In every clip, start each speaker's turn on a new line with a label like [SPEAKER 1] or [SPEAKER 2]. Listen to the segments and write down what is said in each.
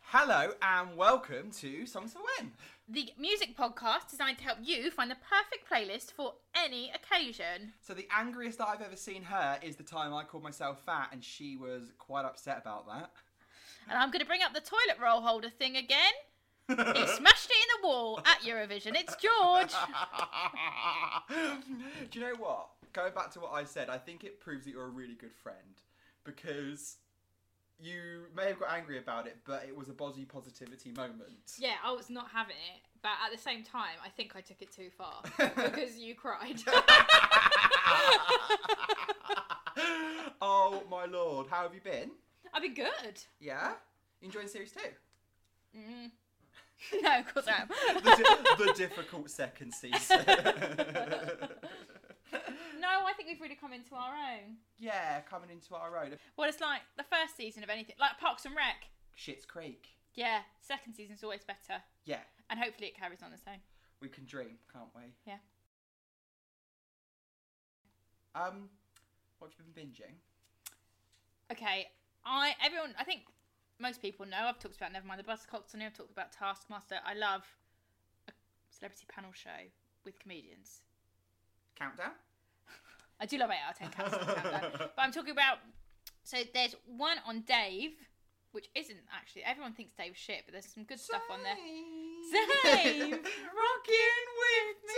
[SPEAKER 1] Hello and welcome to Songs for When.
[SPEAKER 2] The music podcast designed to help you find the perfect playlist for any occasion.
[SPEAKER 1] So the angriest that I've ever seen her is the time I called myself fat, and she was quite upset about that.
[SPEAKER 2] And I'm going to bring up the toilet roll holder thing again. he smashed it in the wall at Eurovision. It's George.
[SPEAKER 1] Do you know what? Going back to what I said, I think it proves that you're a really good friend because you may have got angry about it, but it was a body positivity moment.
[SPEAKER 2] yeah, I was not having it, but at the same time, I think I took it too far because you cried.
[SPEAKER 1] oh my lord, how have you been?
[SPEAKER 2] I've been good.
[SPEAKER 1] Yeah? You enjoying series two?
[SPEAKER 2] Mm. no, of course I
[SPEAKER 1] The,
[SPEAKER 2] am.
[SPEAKER 1] di- the difficult second season.
[SPEAKER 2] no, I think we've really come into our own.
[SPEAKER 1] yeah, coming into our own.
[SPEAKER 2] Well, it's like the first season of anything, like Parks and Rec.
[SPEAKER 1] Shit's Creek.
[SPEAKER 2] Yeah, second season's always better.
[SPEAKER 1] Yeah,
[SPEAKER 2] And hopefully it carries on the same.
[SPEAKER 1] we can dream, can't we?
[SPEAKER 2] Yeah.
[SPEAKER 1] Um, what have you been binging?
[SPEAKER 2] Okay, I everyone I think most people know I've talked about Nevermind the Buzzcocks. I know I've talked about Taskmaster. I love a celebrity panel show with comedians.
[SPEAKER 1] Countdown?
[SPEAKER 2] I do love eight out of ten counts on Countdown. But I'm talking about so there's one on Dave, which isn't actually everyone thinks Dave's shit, but there's some good stuff on there. Save.
[SPEAKER 1] Rockin' with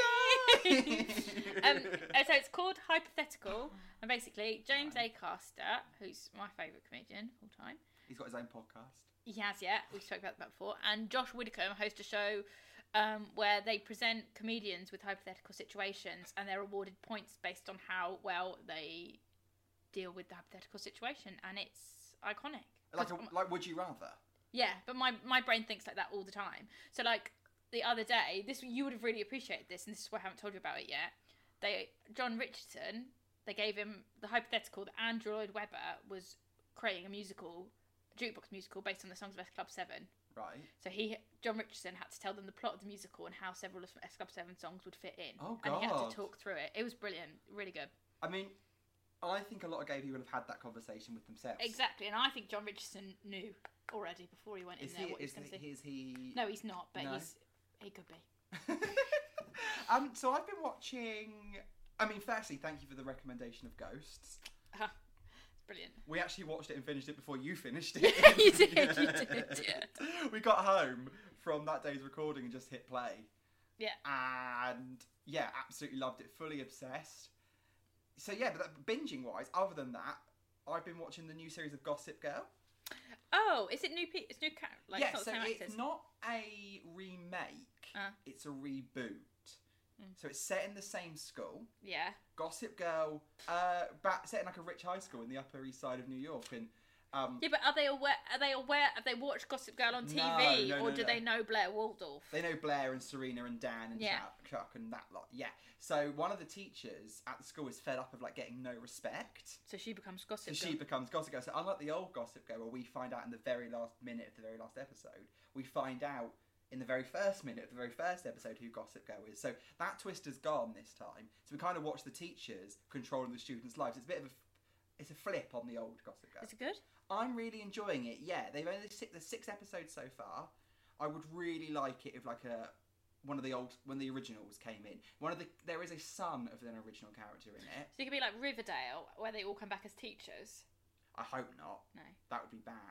[SPEAKER 2] Um,
[SPEAKER 1] Dave.
[SPEAKER 2] uh, so it's called Hypothetical, and basically James A. Caster, who's my favourite comedian of all time,
[SPEAKER 1] He's got his own podcast.
[SPEAKER 2] He has, yeah. We spoke about that before. And Josh Widdicombe host a show um, where they present comedians with hypothetical situations, and they're awarded points based on how well they deal with the hypothetical situation, and it's iconic.
[SPEAKER 1] Like,
[SPEAKER 2] 'Cause-
[SPEAKER 1] a, like, would you rather?
[SPEAKER 2] yeah, but my my brain thinks like that all the time. So like the other day, this you would have really appreciated this, and this is why I haven't told you about it yet. They John Richardson, they gave him the hypothetical that Andrew Lloyd Webber was creating a musical, jukebox musical based on the songs of S Club Seven.
[SPEAKER 1] Right.
[SPEAKER 2] So he, John Richardson, had to tell them the plot of the musical and how several of S Club Seven songs would fit in.
[SPEAKER 1] Oh,
[SPEAKER 2] And he had
[SPEAKER 1] God.
[SPEAKER 2] to talk through it. It was brilliant, really good.
[SPEAKER 1] I mean, I think a lot of gay people have had that conversation with themselves.
[SPEAKER 2] Exactly, and I think John Richardson knew already before he went in
[SPEAKER 1] Is
[SPEAKER 2] there
[SPEAKER 1] he?
[SPEAKER 2] what he was
[SPEAKER 1] Is,
[SPEAKER 2] going to
[SPEAKER 1] he
[SPEAKER 2] say.
[SPEAKER 1] is he?
[SPEAKER 2] No, he's not, but
[SPEAKER 1] No.
[SPEAKER 2] he's he could be.
[SPEAKER 1] um. So I've been watching. I mean, firstly, thank you for the recommendation of Ghosts.
[SPEAKER 2] Brilliant.
[SPEAKER 1] We actually watched it and finished it before you finished it.
[SPEAKER 2] Yeah, you did, you did,
[SPEAKER 1] We got home from that day's recording and just hit play.
[SPEAKER 2] Yeah.
[SPEAKER 1] And yeah, absolutely loved it. Fully obsessed. So yeah, but that, binging wise, other than that, I've been watching the new series of Gossip Girl.
[SPEAKER 2] Oh, is it new? Pe- it's new cat. Like
[SPEAKER 1] yeah,
[SPEAKER 2] it's not
[SPEAKER 1] so
[SPEAKER 2] the same
[SPEAKER 1] it's
[SPEAKER 2] actors.
[SPEAKER 1] not a remake.
[SPEAKER 2] Ah.
[SPEAKER 1] It's a reboot.
[SPEAKER 2] Mm.
[SPEAKER 1] So it's set in the same school.
[SPEAKER 2] Yeah.
[SPEAKER 1] Gossip Girl, uh, back, set in like a rich high school in the Upper East Side of New York, and um,
[SPEAKER 2] Yeah, but are they aware? Are they aware? Have they watched Gossip Girl on
[SPEAKER 1] No,
[SPEAKER 2] TV,
[SPEAKER 1] no,
[SPEAKER 2] or
[SPEAKER 1] no,
[SPEAKER 2] do
[SPEAKER 1] no.
[SPEAKER 2] they know Blair Waldorf?
[SPEAKER 1] They know Blair and Serena and Dan and
[SPEAKER 2] Yeah.
[SPEAKER 1] Chuck, Chuck and that lot. Yeah. So one of the teachers at the school is fed up of like getting no respect.
[SPEAKER 2] So she becomes
[SPEAKER 1] So
[SPEAKER 2] Gossip
[SPEAKER 1] she
[SPEAKER 2] Girl.
[SPEAKER 1] becomes Gossip Girl. So unlike the old Gossip Girl, where we find out in the very last minute of the very last episode, we find out in the very first minute of the very first episode who Gossip Girl is. So that twist is gone this time. So we kind of watch the teachers controlling the students' lives. It's a bit of a, it's a flip on the old Gossip Girl.
[SPEAKER 2] Is it good?
[SPEAKER 1] I'm really enjoying it. Yeah, they've only six, there's six episodes so far. I would really like it if like a one of the old when the originals came in. One of the there is a son of an original character in it.
[SPEAKER 2] So it could be like Riverdale, where they all come back as teachers.
[SPEAKER 1] I hope not.
[SPEAKER 2] No.
[SPEAKER 1] That would be bad.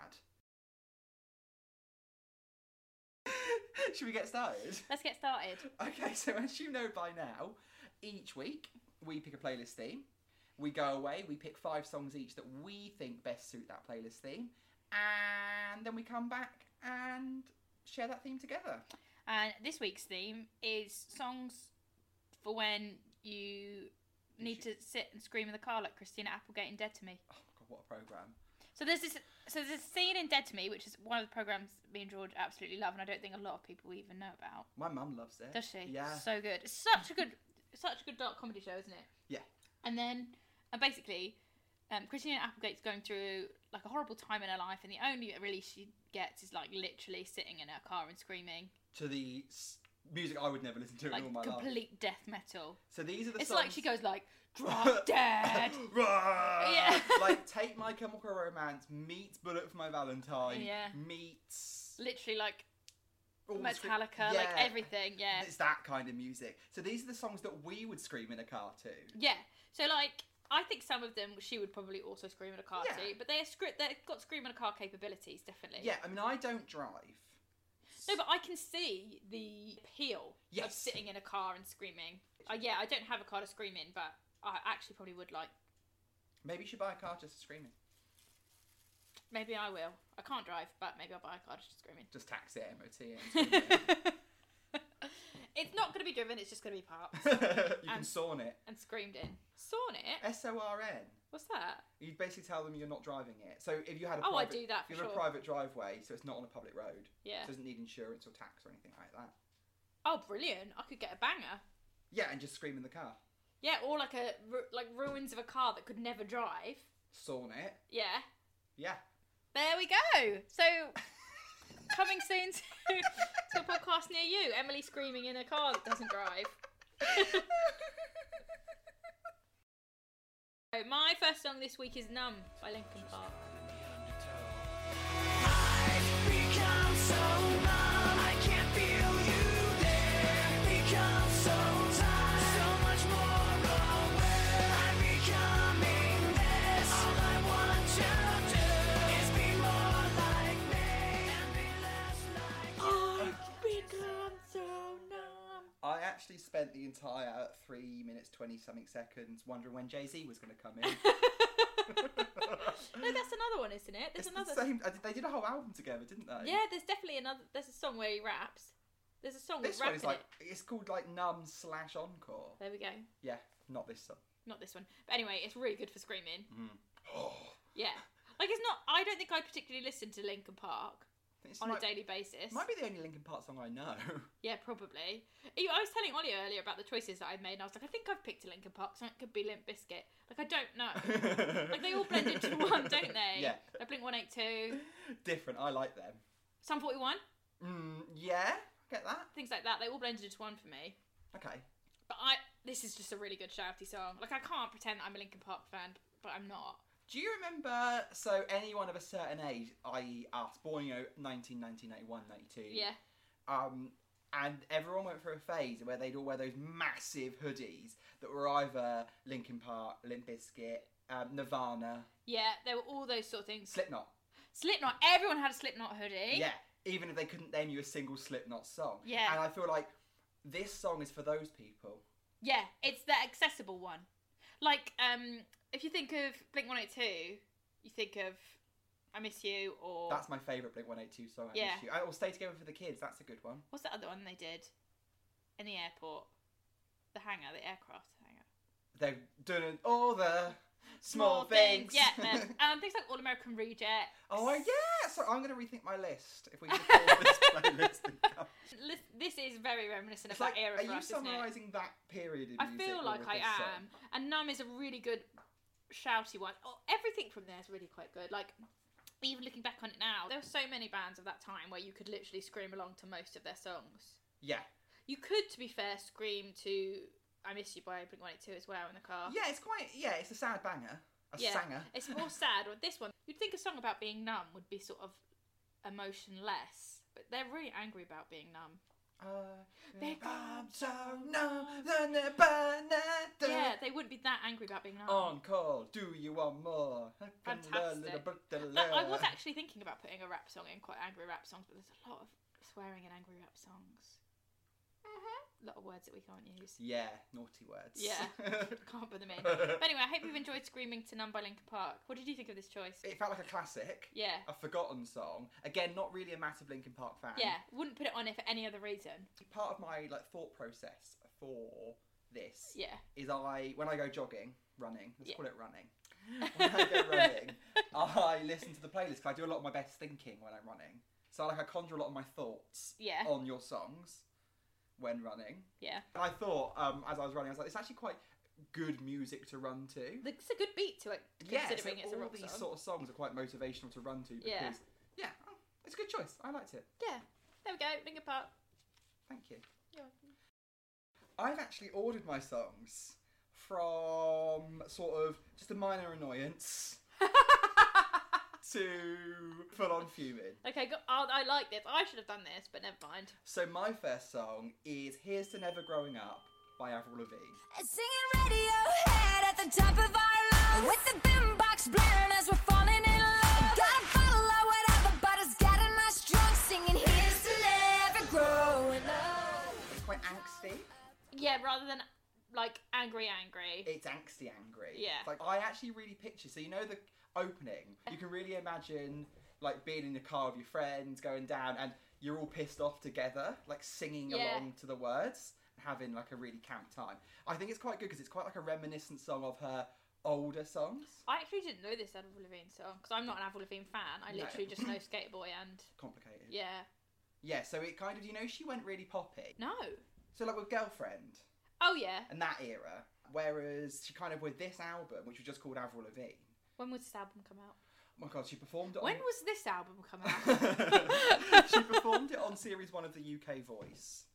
[SPEAKER 1] Should we get started?
[SPEAKER 2] Let's get started.
[SPEAKER 1] Okay, so as you know by now, each week we pick a playlist theme. We go away, we pick five songs each that we think best suit that playlist theme, and then we come back and share that theme together. Oh,
[SPEAKER 2] And this week's theme is songs for when you need to sit and scream in the car like Christina Applegate in Dead to Me.
[SPEAKER 1] Oh my god, what a program!
[SPEAKER 2] So there's this so there's a scene in Dead to Me, which is one of the programmes me and George absolutely love and I don't think a lot of people even know about.
[SPEAKER 1] My mum loves it.
[SPEAKER 2] Does she?
[SPEAKER 1] Eh, Yeah.
[SPEAKER 2] So good. It's such a good such a good dark comedy show, isn't it?
[SPEAKER 1] Yeah.
[SPEAKER 2] And then and basically um, Christina Applegate's going through like a horrible time in her life, and the only release she gets is like literally sitting in her car and screaming,
[SPEAKER 1] To the s- music I would never listen to in all my
[SPEAKER 2] like
[SPEAKER 1] life.
[SPEAKER 2] complete death metal.
[SPEAKER 1] So these are the
[SPEAKER 2] It's
[SPEAKER 1] songs.
[SPEAKER 2] like she goes like drop dead. Yeah.
[SPEAKER 1] like take my chemical romance meets bullet for my valentine
[SPEAKER 2] Yeah.
[SPEAKER 1] meets
[SPEAKER 2] literally like
[SPEAKER 1] All the scre-
[SPEAKER 2] Metallica, like
[SPEAKER 1] yeah.
[SPEAKER 2] everything. Yeah,
[SPEAKER 1] It's that kind of music. So these are the songs that we would scream in a cartoon.
[SPEAKER 2] yeah. So like, I think some of them she would probably also scream in a car
[SPEAKER 1] Yeah.
[SPEAKER 2] too. But they're script. They've got scream in a car capabilities definitely.
[SPEAKER 1] Yeah, I mean, I don't drive.
[SPEAKER 2] No, but I can see the appeal of
[SPEAKER 1] Yes.
[SPEAKER 2] sitting in a car and screaming. Uh, yeah, I don't have a car to scream in, but I actually probably would like.
[SPEAKER 1] Maybe you should buy a car just for screaming.
[SPEAKER 2] Maybe I will. I can't drive, but maybe I'll buy a car just to scream in.
[SPEAKER 1] Just tax it, MOT, and scream it.
[SPEAKER 2] it's not going to be driven. It's just going to be parked
[SPEAKER 1] you can
[SPEAKER 2] And-
[SPEAKER 1] sorn it.
[SPEAKER 2] and screamed in. Sonnet.
[SPEAKER 1] S O R N.
[SPEAKER 2] What's that?
[SPEAKER 1] You basically tell them you're not driving it. So if you had a
[SPEAKER 2] Oh, I
[SPEAKER 1] private,
[SPEAKER 2] do that
[SPEAKER 1] if
[SPEAKER 2] for
[SPEAKER 1] you
[SPEAKER 2] sure.
[SPEAKER 1] have a private driveway, so it's not on a public road,
[SPEAKER 2] yeah.
[SPEAKER 1] it doesn't need insurance or tax or anything like that.
[SPEAKER 2] Oh, brilliant! I could get a banger.
[SPEAKER 1] Yeah, and just scream in the car.
[SPEAKER 2] Yeah, or like a ru- like ruins of a car that could never drive.
[SPEAKER 1] Sorn it.
[SPEAKER 2] Yeah.
[SPEAKER 1] Yeah.
[SPEAKER 2] There we go. So coming soon to, to a podcast near you, Emily screaming in a car that doesn't drive. So My first song this week is "Numb" by Linkin Park. I've become so numb.
[SPEAKER 1] I actually spent the entire three minutes twenty something seconds wondering when Jay Z was going to come in.
[SPEAKER 2] no, that's another one, isn't it?
[SPEAKER 1] it's
[SPEAKER 2] There's another.
[SPEAKER 1] the same. I did- They did a whole album together, didn't they?
[SPEAKER 2] Yeah, there's definitely another. There's a song where he raps. There's a song
[SPEAKER 1] This
[SPEAKER 2] with rap
[SPEAKER 1] one is
[SPEAKER 2] in
[SPEAKER 1] like
[SPEAKER 2] it.
[SPEAKER 1] it's called like Numb slash Encore.
[SPEAKER 2] There we go.
[SPEAKER 1] Yeah, not this song.
[SPEAKER 2] Not this one. But anyway, it's really good for screaming.
[SPEAKER 1] Oh,
[SPEAKER 2] Yeah. Like it's not. I don't think I particularly listen to Linkin Park
[SPEAKER 1] this
[SPEAKER 2] on
[SPEAKER 1] might,
[SPEAKER 2] a daily basis.
[SPEAKER 1] might be the only Linkin Park song I know.
[SPEAKER 2] Yeah, probably. You- I was telling Ollie earlier about the choices that I've made, and I was like, I think I've picked a Linkin Park, so it could be Limp Biscuit. Like I don't know. like they all blend into one, don't they?
[SPEAKER 1] Yeah,
[SPEAKER 2] Like Blink One Eight Two,
[SPEAKER 1] different. I like them.
[SPEAKER 2] Sum Forty One,
[SPEAKER 1] Mm, yeah, get that.
[SPEAKER 2] things like that. They all blended into one for me.
[SPEAKER 1] Okay.
[SPEAKER 2] But I, this is just a really good shouty song. Like I can't pretend that I'm a Linkin Park fan, but I'm not.
[SPEAKER 1] Do you remember? So anyone of a certain age, i.e., us, born you know 1990, 91, 92.
[SPEAKER 2] Yeah.
[SPEAKER 1] um, and everyone went through a phase where they'd all wear those massive hoodies that were either Linkin Park, Limp Bizkit, um, Nirvana,
[SPEAKER 2] Yeah, there were all those sort of things.
[SPEAKER 1] Slipknot.
[SPEAKER 2] Slipknot. Everyone had a Slipknot hoodie.
[SPEAKER 1] Yeah, even if they couldn't name you a single Slipknot song.
[SPEAKER 2] Yeah.
[SPEAKER 1] And I feel like this song is for those people.
[SPEAKER 2] Yeah, it's the accessible one. Like, um, if you think of Blink One Eight Two, you think of I Miss You or
[SPEAKER 1] That's my favourite Blink 182 song. I
[SPEAKER 2] Yeah.
[SPEAKER 1] Miss You. I- Or Stay Together for the Kids, that's a good one.
[SPEAKER 2] what's the other one they did in the airport? The hangar, the aircraft hangar.
[SPEAKER 1] They're doing all the small, things.
[SPEAKER 2] Yeah, them. um, things like All American Reject.
[SPEAKER 1] oh, I- yeah. So I'm going to rethink my list if we can afford this playlist. and come
[SPEAKER 2] Lis- This is very reminiscent
[SPEAKER 1] It's
[SPEAKER 2] of
[SPEAKER 1] like,
[SPEAKER 2] that era
[SPEAKER 1] are
[SPEAKER 2] for
[SPEAKER 1] you
[SPEAKER 2] us, isn't it?
[SPEAKER 1] summarising that period in
[SPEAKER 2] I
[SPEAKER 1] music
[SPEAKER 2] feel
[SPEAKER 1] all
[SPEAKER 2] like
[SPEAKER 1] with
[SPEAKER 2] I
[SPEAKER 1] this song?
[SPEAKER 2] am. And Numb is a really good shouty one. Oh, everything from there is really quite good. Like, even looking back on it now, there were so many bands of that time where you could literally scream along to most of their songs.
[SPEAKER 1] Yeah,
[SPEAKER 2] You could, to be fair, scream to I Miss You by Blink 182 as well in the car.
[SPEAKER 1] yeah, it's quite. Yeah, it's a sad banger, a
[SPEAKER 2] Uh. Yeah.
[SPEAKER 1] sanger.
[SPEAKER 2] It's more sad with this one. You'd think a song about being numb would be sort of emotionless, but they're really angry about being numb.
[SPEAKER 1] Uh,
[SPEAKER 2] They-
[SPEAKER 1] I'm so numb, than a banana.
[SPEAKER 2] Yeah, they wouldn't be that angry about being numb.
[SPEAKER 1] On call, do you want more?
[SPEAKER 2] Fantastic. But I was actually thinking about putting a rap song in, quite angry rap songs, but there's a lot of swearing in angry rap songs. A lot of words that we can't use.
[SPEAKER 1] Yeah, naughty words.
[SPEAKER 2] Yeah. Can't put them in. But anyway, I hope you've enjoyed Screaming to Numb by Linkin Park. What did you think of this choice?
[SPEAKER 1] it felt like a classic,
[SPEAKER 2] Yeah.
[SPEAKER 1] a forgotten song. Again, not really a massive Linkin Park fan.
[SPEAKER 2] Yeah, wouldn't put it on it for any other reason.
[SPEAKER 1] Part of my like thought process for this
[SPEAKER 2] Yeah.
[SPEAKER 1] is I when I go jogging, running. Let's
[SPEAKER 2] Yeah.
[SPEAKER 1] call it running. When I go running, I listen to the playlist 'cause I do a lot of my best thinking when I'm running. So like I conjure a lot of my thoughts
[SPEAKER 2] Yeah.
[SPEAKER 1] on your songs when running.
[SPEAKER 2] Yeah.
[SPEAKER 1] And I thought um, as I was running, I was like, it's actually quite good music to run to.
[SPEAKER 2] It's a good beat to it,
[SPEAKER 1] yeah, so
[SPEAKER 2] considering it's a
[SPEAKER 1] all
[SPEAKER 2] rock
[SPEAKER 1] these
[SPEAKER 2] song.
[SPEAKER 1] sort of songs are quite motivational to run to. Because,
[SPEAKER 2] Yeah.
[SPEAKER 1] yeah, oh, it's a good choice. I liked it.
[SPEAKER 2] Yeah. There we go, Linkin Park.
[SPEAKER 1] Thank you.
[SPEAKER 2] You're welcome.
[SPEAKER 1] I've actually ordered my songs from sort of just a minor annoyance to full on fuming.
[SPEAKER 2] Okay, go- oh, I like this. I should have done this, but never mind.
[SPEAKER 1] So my first song is "Here's to Never Growing Up" by Avril Lavigne.
[SPEAKER 3] Singing Radiohead at the top of our lungs With the boombox blaring as we're falling in love Got a bottle or whatever, but it's got in my strong Singing here's to never growing up
[SPEAKER 1] It's quite angsty.
[SPEAKER 2] Yeah, rather than like angry, angry.
[SPEAKER 1] It's angsty angry.
[SPEAKER 2] Yeah.
[SPEAKER 1] It's like I actually really picture. So you know the opening. You can really imagine like being in the car with your friends, going down, and you're all pissed off together, like singing
[SPEAKER 2] Yeah.
[SPEAKER 1] along to the words, and having like a really camp time. I think it's quite good because it's quite like a reminiscent song of her older songs.
[SPEAKER 2] I actually didn't know this Avril Lavigne song because I'm not an Avril Lavigne fan. I
[SPEAKER 1] No.
[SPEAKER 2] literally just know Skateboy and
[SPEAKER 1] Complicated.
[SPEAKER 2] yeah,
[SPEAKER 1] Yeah, so it kind of you know she went really poppy.
[SPEAKER 2] no.
[SPEAKER 1] So like with girlfriend
[SPEAKER 2] Oh yeah,
[SPEAKER 1] and that era, whereas she kind of with this album, which was just called Avril Lavigne.
[SPEAKER 2] when would this album come out?
[SPEAKER 1] Oh my god, she performed it.
[SPEAKER 2] When
[SPEAKER 1] on...
[SPEAKER 2] was this album come out?
[SPEAKER 1] she performed it on series one of the UK Voice.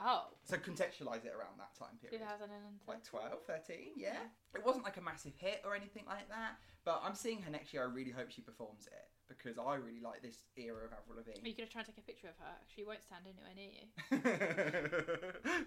[SPEAKER 2] oh,
[SPEAKER 1] So contextualise it around that time period.
[SPEAKER 2] 2003.
[SPEAKER 1] Like 12, 13, yeah. It wasn't like a massive hit or anything like that, but I'm seeing her next year. I really hope she performs it because I really like this era of Avril
[SPEAKER 2] Are
[SPEAKER 1] Lavigne.
[SPEAKER 2] you gonna try and take a picture of her? She won't stand anywhere near you.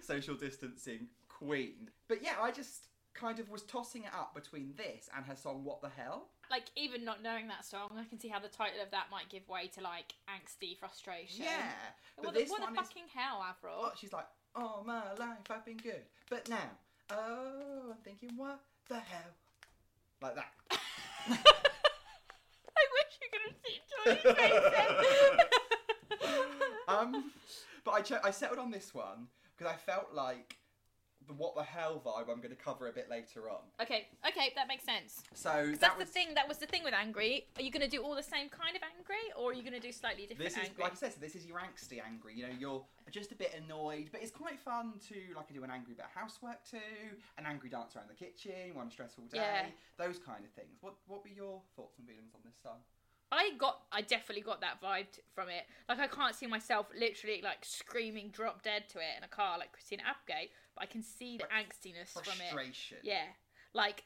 [SPEAKER 1] Social distancing queen. But yeah, I just kind of was tossing it up between this and her song What the Hell.
[SPEAKER 2] Like even not knowing that song, I can see how the title of that might give way to like angsty frustration.
[SPEAKER 1] Yeah. But
[SPEAKER 2] What, the,
[SPEAKER 1] this
[SPEAKER 2] what
[SPEAKER 1] one
[SPEAKER 2] the
[SPEAKER 1] is
[SPEAKER 2] fucking hell, Avril?
[SPEAKER 1] Oh, she's like, all my life I've been good, but now, oh, I'm thinking, what the hell? Like that.
[SPEAKER 2] I wish you could have seen Johnny's face. then.
[SPEAKER 1] Um, but I cho- I settled on this one because I felt like the what the hell vibe I'm going to cover a bit later on.
[SPEAKER 2] okay, okay, that makes sense.
[SPEAKER 1] So
[SPEAKER 2] 'Cause
[SPEAKER 1] that
[SPEAKER 2] that's
[SPEAKER 1] was
[SPEAKER 2] the thing. That was the thing with angry. Are you going to do all the same kind of angry, or are you going to do slightly different
[SPEAKER 1] this is
[SPEAKER 2] angry?
[SPEAKER 1] like I said, so this is your angsty angry. You know, you're just a bit annoyed, but it's quite fun to like do an angry bit of housework too, an angry dance around the kitchen, one stressful day,
[SPEAKER 2] Yeah.
[SPEAKER 1] those kind of things. What what were your thoughts and feelings on this um, song?
[SPEAKER 2] I got, I definitely got that vibe t- from it. Like I can't see myself literally like screaming drop dead to it in a car like Christina Applegate, but I can see the
[SPEAKER 1] Frus-
[SPEAKER 2] angstiness from it.
[SPEAKER 1] Frustration.
[SPEAKER 2] Yeah, like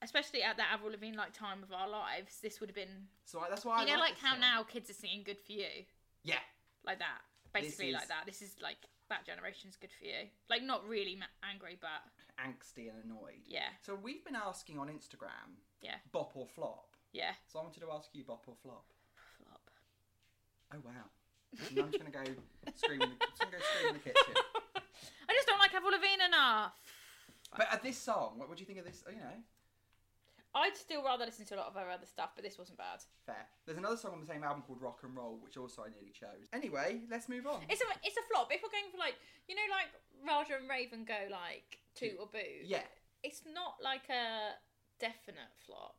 [SPEAKER 2] especially at that Avril Lavigne like time of our lives, this would have been.
[SPEAKER 1] So I, that's why
[SPEAKER 2] you
[SPEAKER 1] I
[SPEAKER 2] know, like
[SPEAKER 1] this
[SPEAKER 2] how
[SPEAKER 1] song.
[SPEAKER 2] now kids are singing "Good for You,"
[SPEAKER 1] Yeah,
[SPEAKER 2] like that. Basically,
[SPEAKER 1] is-
[SPEAKER 2] like that. This is like that generation's "Good for You." Like not really ma- angry, but
[SPEAKER 1] angsty and annoyed.
[SPEAKER 2] yeah,
[SPEAKER 1] So we've been asking on Instagram,
[SPEAKER 2] Yeah.
[SPEAKER 1] bop or flop.
[SPEAKER 2] yeah.
[SPEAKER 1] So I wanted to ask you, bop or flop.
[SPEAKER 2] Flop.
[SPEAKER 1] Oh wow! And I'm just gonna go scream. In the, just gonna go scream in the kitchen.
[SPEAKER 2] I just don't like Avril Lavigne enough.
[SPEAKER 1] But at this song, what, what do you think of this? You know,
[SPEAKER 2] I'd still rather listen to a lot of her other stuff, but this wasn't bad.
[SPEAKER 1] fair. There's another song on the same album called Rock and Roll, which also I nearly chose. Anyway, let's move on.
[SPEAKER 2] It's a it's a flop. If we're going for like you know like Raja and Raven go like toot or boo,
[SPEAKER 1] yeah.
[SPEAKER 2] it's not like a definite flop.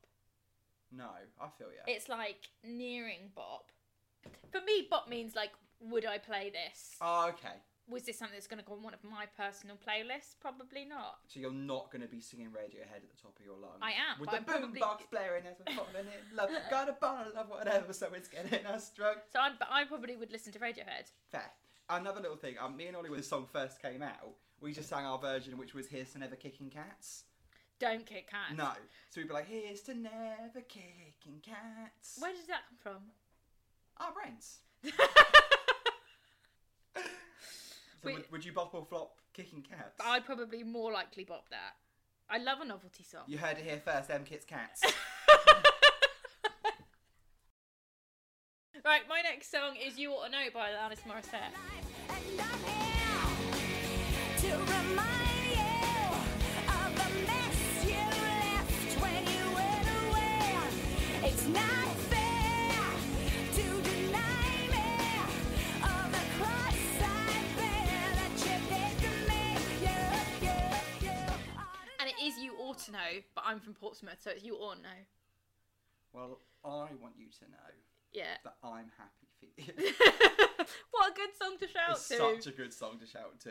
[SPEAKER 1] No, I feel you.
[SPEAKER 2] It's like nearing bop. For me, bop means like would I play this?
[SPEAKER 1] Oh, okay.
[SPEAKER 2] Was this something that's going to go on one of my personal playlists? Probably not.
[SPEAKER 1] So you're not going to be singing Radiohead at the top of your lungs.
[SPEAKER 2] I am,
[SPEAKER 1] With
[SPEAKER 2] but
[SPEAKER 1] the
[SPEAKER 2] I'm
[SPEAKER 1] boombox
[SPEAKER 2] probably-
[SPEAKER 1] blaring as we're falling in love. Got a bottle of whatever, so it's getting us drunk.
[SPEAKER 2] So I'm, but I probably would listen to Radiohead.
[SPEAKER 1] Fair. Another little thing, um, me and Ollie, when the song first came out, we just sang our version, which was Here's to Never Kicking Cats.
[SPEAKER 2] Don't kick cats.
[SPEAKER 1] No. So we'd be like, Here's to Never Kicking Cats.
[SPEAKER 2] Where does that come from?
[SPEAKER 1] Our brains. So
[SPEAKER 2] We-
[SPEAKER 1] would, would you bop or flop Kicking Cats?
[SPEAKER 2] But I'd probably more likely bop that. I love a novelty song.
[SPEAKER 1] You heard it here first, M Kits Cats.
[SPEAKER 2] right, my next song is You Ought to Know by Alanis Morissette.
[SPEAKER 3] And I'm here to remind you of the mess you left when you went away. It's not fair to deny me of the cross I bear that you did to me. You, you, you.
[SPEAKER 2] And it is You Ought to Know, but I'm from Portsmouth, so it's You Ought to Know.
[SPEAKER 1] well, I want you to know
[SPEAKER 2] Yeah.
[SPEAKER 1] that I'm happy for you.
[SPEAKER 2] what a good song to shout
[SPEAKER 1] it's
[SPEAKER 2] to.
[SPEAKER 1] such a good song to shout to.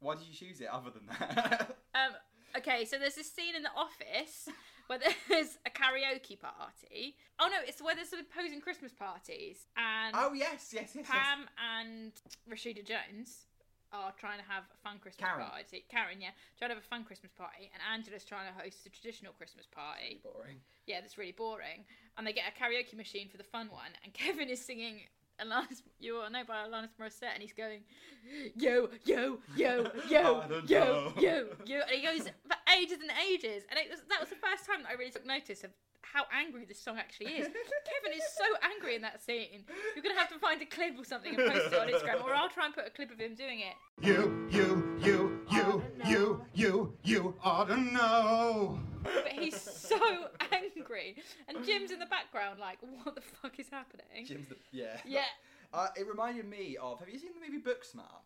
[SPEAKER 1] Why did you choose it other than that?
[SPEAKER 2] Um, okay, so there's this scene in the office where there's a karaoke party. Oh no, it's where there's opposing
[SPEAKER 1] Ah,
[SPEAKER 2] Christmas parties. And
[SPEAKER 1] oh, yes, yes, yes, yes.
[SPEAKER 2] Pam and Rashida Jones are trying to have a fun Christmas
[SPEAKER 1] Karen.
[SPEAKER 2] party. Karen, yeah, trying to have a fun Christmas party, and Angela's trying to host a traditional Christmas
[SPEAKER 1] Really
[SPEAKER 2] party.
[SPEAKER 1] boring.
[SPEAKER 2] Yeah, that's really boring. And they get a karaoke machine for the fun one, and Kevin is singing. Alanis, you all know by Alanis Morissette, and he's going, yo, yo, yo, yo,
[SPEAKER 1] I don't
[SPEAKER 2] yo,
[SPEAKER 1] know.
[SPEAKER 2] yo, yo, and he goes for ages and ages, and it was that was the first time that I really took notice of how angry this song actually is. Kevin is so angry in that scene. You're gonna have to find a clip or something and post it on Instagram, or I'll try and put a clip of him doing it.
[SPEAKER 4] You, you, you, you, you, you, you ought to know.
[SPEAKER 2] But he's so angry, and Jim's in the background, like, what the fuck is happening?
[SPEAKER 1] Jim's the yeah.
[SPEAKER 2] Yeah,
[SPEAKER 1] Uh, it reminded me of. Have you seen the movie Booksmart?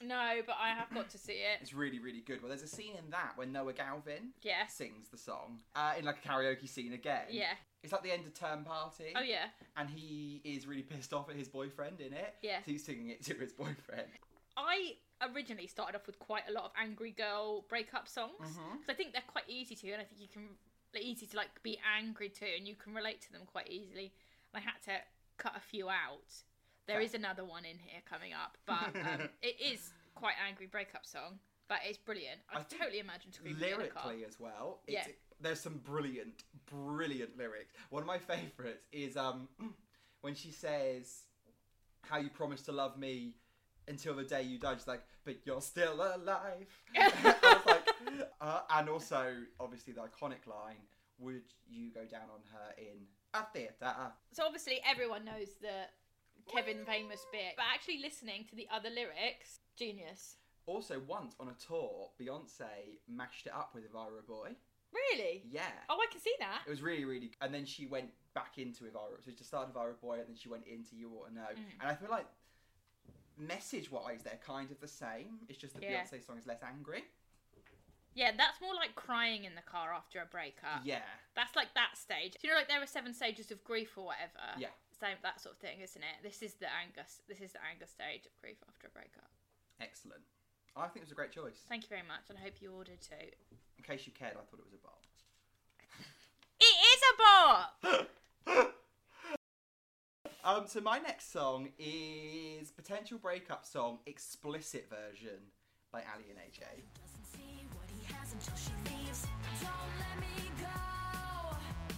[SPEAKER 2] no, but I have got to see it.
[SPEAKER 1] It's really really good. Well, there's a scene in that when Noah Galvin
[SPEAKER 2] Yes,
[SPEAKER 1] sings the song uh, in like a karaoke scene again.
[SPEAKER 2] yeah,
[SPEAKER 1] It's like the end of term party.
[SPEAKER 2] oh yeah,
[SPEAKER 1] And he is really pissed off at his boyfriend in it.
[SPEAKER 2] Yeah.
[SPEAKER 1] So he's singing it to his boyfriend.
[SPEAKER 2] I originally started off with quite a lot of angry girl breakup songs because
[SPEAKER 1] Mhm.
[SPEAKER 2] I think they're quite easy to, and I think you can they're easy to like be angry to, and you can relate to them quite easily. And I had to cut a few out. There
[SPEAKER 1] Okay.
[SPEAKER 2] is another one in here coming up, but um, it is quite angry breakup song, but it's brilliant. I,
[SPEAKER 1] I
[SPEAKER 2] could
[SPEAKER 1] think
[SPEAKER 2] totally imagine screaming in a car.
[SPEAKER 1] Lyrically as well. It's,
[SPEAKER 2] Yeah.
[SPEAKER 1] There's some brilliant, brilliant lyrics. One of my favourites is um when she says how you promised to love me until the day you die. She's like, but you're still alive. I was like, uh, and also obviously the iconic line, would you go down on her in a theatre?
[SPEAKER 2] So obviously everyone knows the Kevin famous bit, but actually listening to the other lyrics, genius.
[SPEAKER 1] Also, once on a tour, Beyonce mashed it up with Ivara Boy.
[SPEAKER 2] Really?
[SPEAKER 1] Yeah.
[SPEAKER 2] Oh, I can see that.
[SPEAKER 1] It was really, really, and then she went back into Ivara. So she started Ivara Boy, and then she went into You Ought to Know.
[SPEAKER 2] Mm.
[SPEAKER 1] And I feel like message-wise, they're kind of the same. It's just the
[SPEAKER 2] Yeah.
[SPEAKER 1] Beyonce song is less angry.
[SPEAKER 2] Yeah, that's more like crying in the car after a breakup.
[SPEAKER 1] yeah,
[SPEAKER 2] That's like that stage. Do you know, like there are seven stages of grief or whatever.
[SPEAKER 1] Yeah.
[SPEAKER 2] Same that sort of thing, isn't it? This is the anger. This is the anger stage of grief after a breakup.
[SPEAKER 1] excellent. I think it was a great choice.
[SPEAKER 2] Thank you very much, and I hope you ordered too.
[SPEAKER 1] In case you cared, I thought it was a bop.
[SPEAKER 2] It is a bot.
[SPEAKER 1] Um, so my next song is potential breakup song, explicit version by Ali and AJ.
[SPEAKER 3] Doesn't see what he has until she leaves. Don't let me go.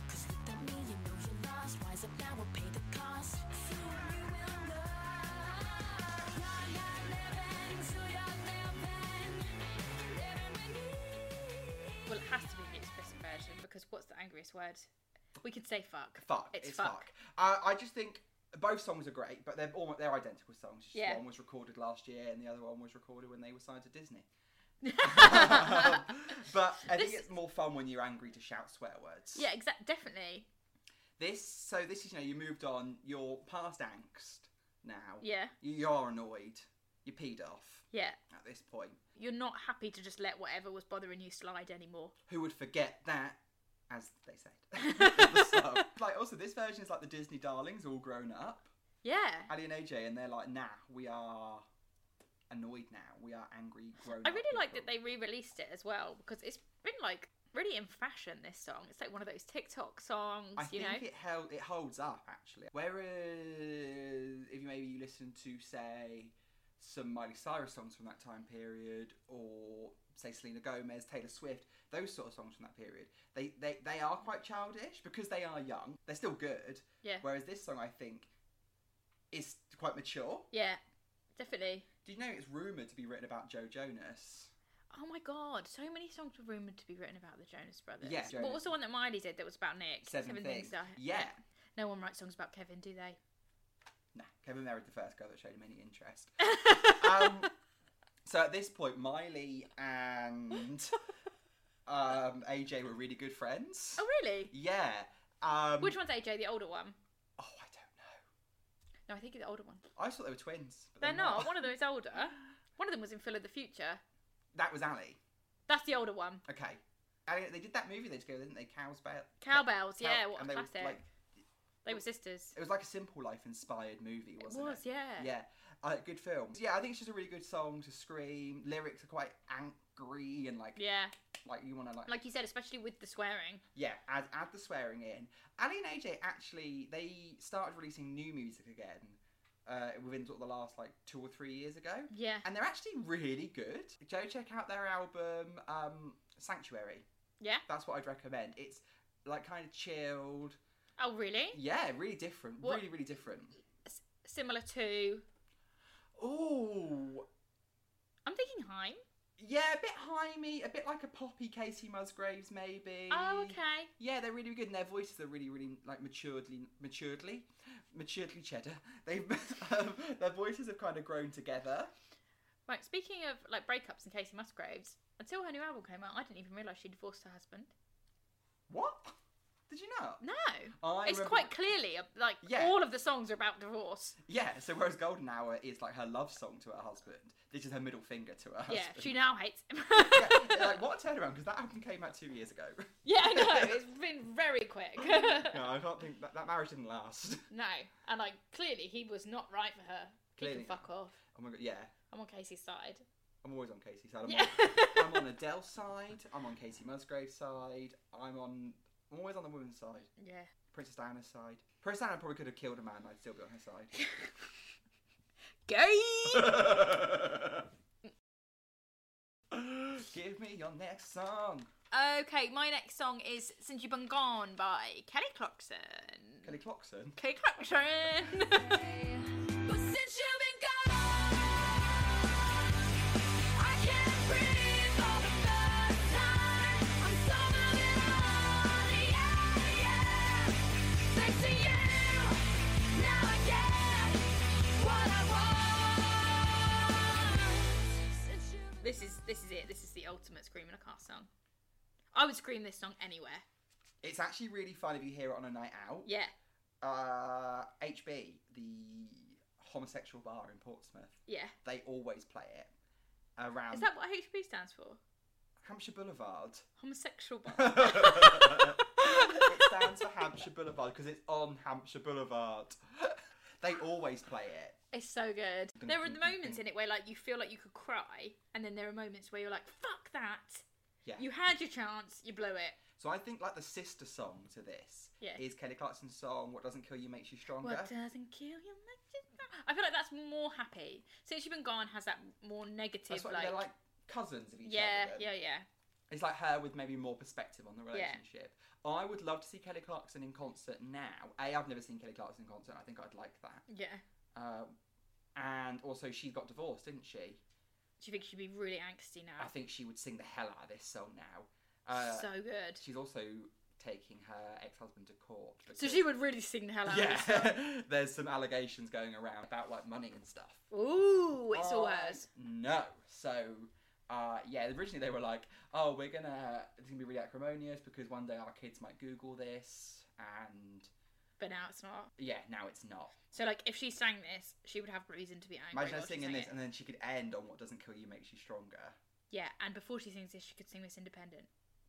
[SPEAKER 3] 'Cause without me, you know you're lost. Wise up now, we'll pay the cost. Soon you will know. You're not living, so you're living. Living with me.
[SPEAKER 2] Well, it has to be the explicit version because what's the angriest word? We could say fuck.
[SPEAKER 1] Fuck,
[SPEAKER 2] It's
[SPEAKER 1] it's,
[SPEAKER 2] fuck.
[SPEAKER 1] fuck. Uh, I just think both songs are great, but they're almost they're identical songs. Just
[SPEAKER 2] Yeah.
[SPEAKER 1] One was recorded last year, and the other one was recorded when they were signed to Disney. but I think
[SPEAKER 2] This-
[SPEAKER 1] it's more fun when you're angry to shout swear words.
[SPEAKER 2] yeah, exactly. Definitely.
[SPEAKER 1] This so this is you know you moved on. You're past angst now.
[SPEAKER 2] Yeah.
[SPEAKER 1] You, you are annoyed. You peed off
[SPEAKER 2] Yeah.
[SPEAKER 1] at this point.
[SPEAKER 2] You're not happy to just let whatever was bothering you slide anymore.
[SPEAKER 1] Who would forget that? As they said. at the start. like also this version is like the Disney darlings all grown up.
[SPEAKER 2] Yeah.
[SPEAKER 1] Ali and AJ, and they're like, nah, we are annoyed now. We are angry grown
[SPEAKER 2] I really like that they re-released it as well because it's been like really in fashion. This song, it's like one of those TikTok songs,
[SPEAKER 1] I think
[SPEAKER 2] you know.
[SPEAKER 1] it held it holds up actually. Whereas if you maybe you listen to say some Miley Cyrus songs from that time period, or say Selena Gomez, Taylor Swift, those sort of songs from that period, they they, they are quite childish because they are young. They're still good.
[SPEAKER 2] Yeah.
[SPEAKER 1] Whereas this song, I think, is quite mature.
[SPEAKER 2] Yeah, definitely.
[SPEAKER 1] Do you know it's rumored to be written about Joe Jonas?
[SPEAKER 2] Oh my god, so many songs were rumored to be written about the Jonas Brothers.
[SPEAKER 1] Yeah,
[SPEAKER 2] What
[SPEAKER 1] Jonas.
[SPEAKER 2] was the one that Miley did that was about Nick?
[SPEAKER 1] Seven Things.
[SPEAKER 2] Die.
[SPEAKER 1] Yeah.
[SPEAKER 2] No one writes songs about Kevin, do they?
[SPEAKER 1] Nah, Kevin married the first girl that showed him any interest. um, so at this point, Miley and um, AJ were really good friends.
[SPEAKER 2] Oh really?
[SPEAKER 1] Yeah. Um,
[SPEAKER 2] Which one's AJ? The older one?
[SPEAKER 1] Oh, I don't
[SPEAKER 2] No, I think the older one.
[SPEAKER 1] know. I thought they were twins. But
[SPEAKER 2] They're not. One of them is older. One of them was in Phil of the Future.
[SPEAKER 1] That was Ali.
[SPEAKER 2] That's the older one.
[SPEAKER 1] Okay. Ali, they did that movie they together, didn't they? Cow's Bell.
[SPEAKER 2] Cowbells.
[SPEAKER 1] Cow-
[SPEAKER 2] yeah, what a
[SPEAKER 1] and they were,
[SPEAKER 2] classic.
[SPEAKER 1] like,
[SPEAKER 2] they were sisters.
[SPEAKER 1] it was like a Simple Life inspired movie,
[SPEAKER 2] It
[SPEAKER 1] wasn't it?
[SPEAKER 2] was. Yeah.
[SPEAKER 1] Yeah, uh, good film. Yeah, I think it's just a really good song to scream. Lyrics are quite angry and like
[SPEAKER 2] Yeah.
[SPEAKER 1] like you want to like
[SPEAKER 2] Like you said, especially with the swearing.
[SPEAKER 1] yeah add add the swearing in. Ali and AJ actually they started releasing new music again uh, within sort of the last like two or three years ago,
[SPEAKER 2] Yeah.
[SPEAKER 1] and they're actually really good. Go check out their album um, Sanctuary.
[SPEAKER 2] Yeah.
[SPEAKER 1] that's what I'd recommend. It's like kind of chilled.
[SPEAKER 2] Oh, really?
[SPEAKER 1] Yeah, really different.
[SPEAKER 2] What-
[SPEAKER 1] Really, really different.
[SPEAKER 2] Similar to.
[SPEAKER 1] Oh,
[SPEAKER 2] I'm thinking Heim.
[SPEAKER 1] yeah, a bit Jaime, a bit like a poppy Casey Musgraves maybe.
[SPEAKER 2] Oh, okay.
[SPEAKER 1] Yeah, they're really good, and their voices are really, really like maturedly, maturedly, maturedly cheddar. They've um, their voices have kind of grown together.
[SPEAKER 2] Right. Speaking of like breakups and Casey Musgraves, until her new album came out, I didn't even realise she divorced her husband.
[SPEAKER 1] What? Did you not?
[SPEAKER 2] No.
[SPEAKER 1] I
[SPEAKER 2] it's
[SPEAKER 1] remember-
[SPEAKER 2] quite clearly uh, like
[SPEAKER 1] Yeah.
[SPEAKER 2] all of the songs are about divorce.
[SPEAKER 1] yeah. So whereas Golden Hour is like her love song to her husband, this is her middle finger to her husband.
[SPEAKER 2] Yeah. She now hates him.
[SPEAKER 1] Yeah, like what a turnaround because that album came out two years ago.
[SPEAKER 2] Yeah, I know. It's been very quick.
[SPEAKER 1] no, I can't think that, that marriage didn't last.
[SPEAKER 2] no, and like clearly he was not right for her.
[SPEAKER 1] Clearly
[SPEAKER 2] He can fuck off.
[SPEAKER 1] Oh my god, yeah.
[SPEAKER 2] I'm on Casey's side.
[SPEAKER 1] I'm always on Casey's side. I'm,
[SPEAKER 2] Yeah.
[SPEAKER 1] on, I'm on Adele's side. I'm on Casey Musgrave's side. I'm on. I'm always on the women's side.
[SPEAKER 2] yeah.
[SPEAKER 1] Princess Diana's side. Princess Diana probably could have killed a man. and I'd still be on her
[SPEAKER 2] Gay.
[SPEAKER 1] side. Give me your next song,
[SPEAKER 2] okay, my next song is Since You've Been Gone by Kelly Clarkson.
[SPEAKER 1] Kelly Clarkson.
[SPEAKER 2] Kelly Clarkson.
[SPEAKER 3] But since you've been gone, I can't breathe for the first time. I'm so moving on, yeah, yeah. Thanks to you, now I get what I want. Since you've been
[SPEAKER 2] this is this is it. This is the ultimate screaming a car song. I would scream this song anywhere.
[SPEAKER 1] It's actually really fun if you hear it on a night out.
[SPEAKER 2] Yeah.
[SPEAKER 1] Uh, HB, the homosexual bar in Portsmouth,
[SPEAKER 2] Yeah.
[SPEAKER 1] they always play it around
[SPEAKER 2] Is that what HB stands for?
[SPEAKER 1] Hampshire Boulevard.
[SPEAKER 2] Homosexual bar.
[SPEAKER 1] it stands for Hampshire Boulevard because it's on Hampshire Boulevard. they always play it.
[SPEAKER 2] It's so good. There are the moments in it where like you feel like you could cry, and then there are moments where you're like, "Fuck that!
[SPEAKER 1] Yeah.
[SPEAKER 2] You had your chance, you blew it."
[SPEAKER 1] So I think like the sister song to this
[SPEAKER 2] Yeah.
[SPEAKER 1] is Kelly Clarkson's song "What Doesn't Kill You Makes You Stronger."
[SPEAKER 2] What doesn't kill you makes you strong- I feel like that's more happy. Since you've been gone, has that more negative
[SPEAKER 1] That's what
[SPEAKER 2] like,
[SPEAKER 1] they're like cousins of each
[SPEAKER 2] yeah,
[SPEAKER 1] other. then.
[SPEAKER 2] yeah, yeah.
[SPEAKER 1] It's like her with maybe more perspective on the
[SPEAKER 2] Yeah.
[SPEAKER 1] relationship. I would love to see Kelly Clarkson in concert now. A, I've never seen Kelly Clarkson in concert. I think I'd like that.
[SPEAKER 2] Yeah.
[SPEAKER 1] Uh, and also, she got divorced, didn't she?
[SPEAKER 2] Do you think she'd be really angsty now?
[SPEAKER 1] I think she would sing the hell out of this song now. Uh,
[SPEAKER 2] so good.
[SPEAKER 1] She's also taking her ex-husband to court.
[SPEAKER 2] So
[SPEAKER 1] because-
[SPEAKER 2] she would really sing the hell out of this.
[SPEAKER 1] Yeah, there's some allegations going around about like money and stuff.
[SPEAKER 2] Ooh, it's all
[SPEAKER 1] I-
[SPEAKER 2] hers.
[SPEAKER 1] Oh, No, so. Uh, yeah, originally they were like, "Oh, we're gonna it's gonna be really acrimonious because one day our kids might Google this," and
[SPEAKER 2] But now it's not.
[SPEAKER 1] yeah, now it's not.
[SPEAKER 2] So like, if she sang this, she would have reason to be angry.
[SPEAKER 1] Imagine
[SPEAKER 2] while
[SPEAKER 1] her
[SPEAKER 2] she
[SPEAKER 1] singing
[SPEAKER 2] sang
[SPEAKER 1] this,
[SPEAKER 2] it.
[SPEAKER 1] and then she could end on "What doesn't kill you makes you stronger."
[SPEAKER 2] Yeah, and before she sings this, she could sing this independent.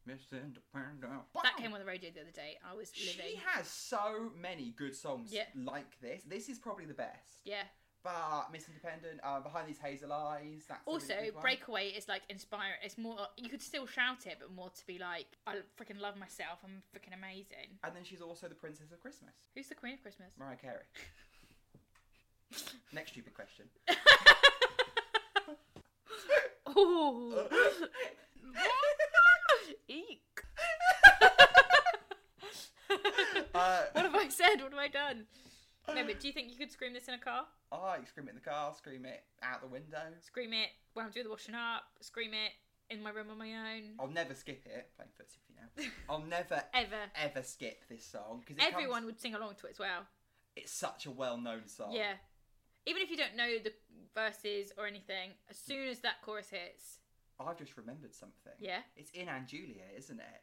[SPEAKER 1] Miss Independent.
[SPEAKER 2] That came on the radio the other day. I was living.
[SPEAKER 1] She has so many good songs
[SPEAKER 2] Yeah.
[SPEAKER 1] like this. This is probably the best.
[SPEAKER 2] yeah.
[SPEAKER 1] But Miss Independent, uh, Behind These Hazel Eyes, that's a really
[SPEAKER 2] Also,
[SPEAKER 1] good one.
[SPEAKER 2] Breakaway is like inspiring. It's more you could still shout it, but more to be like, I freaking love myself. I'm freaking amazing.
[SPEAKER 1] And then she's also the Princess of Christmas,
[SPEAKER 2] Who's the Queen of Christmas?
[SPEAKER 1] Mariah Carey. Next stupid question. Uh,
[SPEAKER 2] Oh, eek!
[SPEAKER 1] Uh,
[SPEAKER 2] what have I said? What have I done? No, but do you think you could scream this in a car?
[SPEAKER 1] I scream it in the car, scream it out the window.
[SPEAKER 2] Scream it when I'm doing the washing up. Scream it in my room on my own.
[SPEAKER 1] I'll never skip it. Playing footsie for you now. I'll never
[SPEAKER 2] Ever.
[SPEAKER 1] ever skip this song because
[SPEAKER 2] Everyone would sing along to it as well.
[SPEAKER 1] it's such a well-known song.
[SPEAKER 2] Yeah. Even if you don't know the verses or anything, as soon as that chorus hits,
[SPEAKER 1] I've just remembered something.
[SPEAKER 2] Yeah.
[SPEAKER 1] It's in Anne Juliet, isn't it?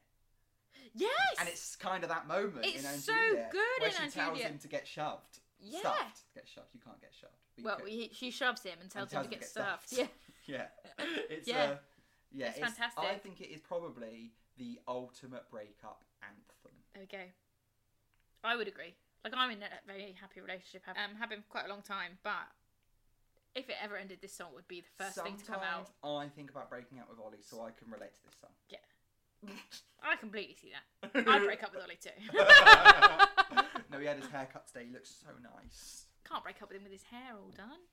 [SPEAKER 2] yes,
[SPEAKER 1] And it's kind of that moment
[SPEAKER 2] It's
[SPEAKER 1] in Anne
[SPEAKER 2] so
[SPEAKER 1] Juliet
[SPEAKER 2] good
[SPEAKER 1] where
[SPEAKER 2] in
[SPEAKER 1] she
[SPEAKER 2] Anne
[SPEAKER 1] tells
[SPEAKER 2] Juliet.
[SPEAKER 1] him to get shoved.
[SPEAKER 2] Yeah.
[SPEAKER 1] Stuffed. To get shoved. You can't get shoved. but you
[SPEAKER 2] well,
[SPEAKER 1] could.
[SPEAKER 2] he, she shoves him and tells him to get stuffed. Yeah,
[SPEAKER 1] Yeah. It's
[SPEAKER 2] Yeah.
[SPEAKER 1] uh, yeah,
[SPEAKER 2] It's
[SPEAKER 1] I
[SPEAKER 2] fantastic.
[SPEAKER 1] think it is probably the ultimate breakup anthem.
[SPEAKER 2] there we go. I would agree. Like I'm in a very happy relationship. I've- Um, have been for quite a long time, but if it ever ended, this song would be the first thing to come out.
[SPEAKER 1] Sometimes I think about breaking up with Ollie so I can relate to this song.
[SPEAKER 2] I completely see that. I'd break up with Ollie too.
[SPEAKER 1] no, he had his haircut today. He looks so nice.
[SPEAKER 2] Can't break up with him with his hair all done.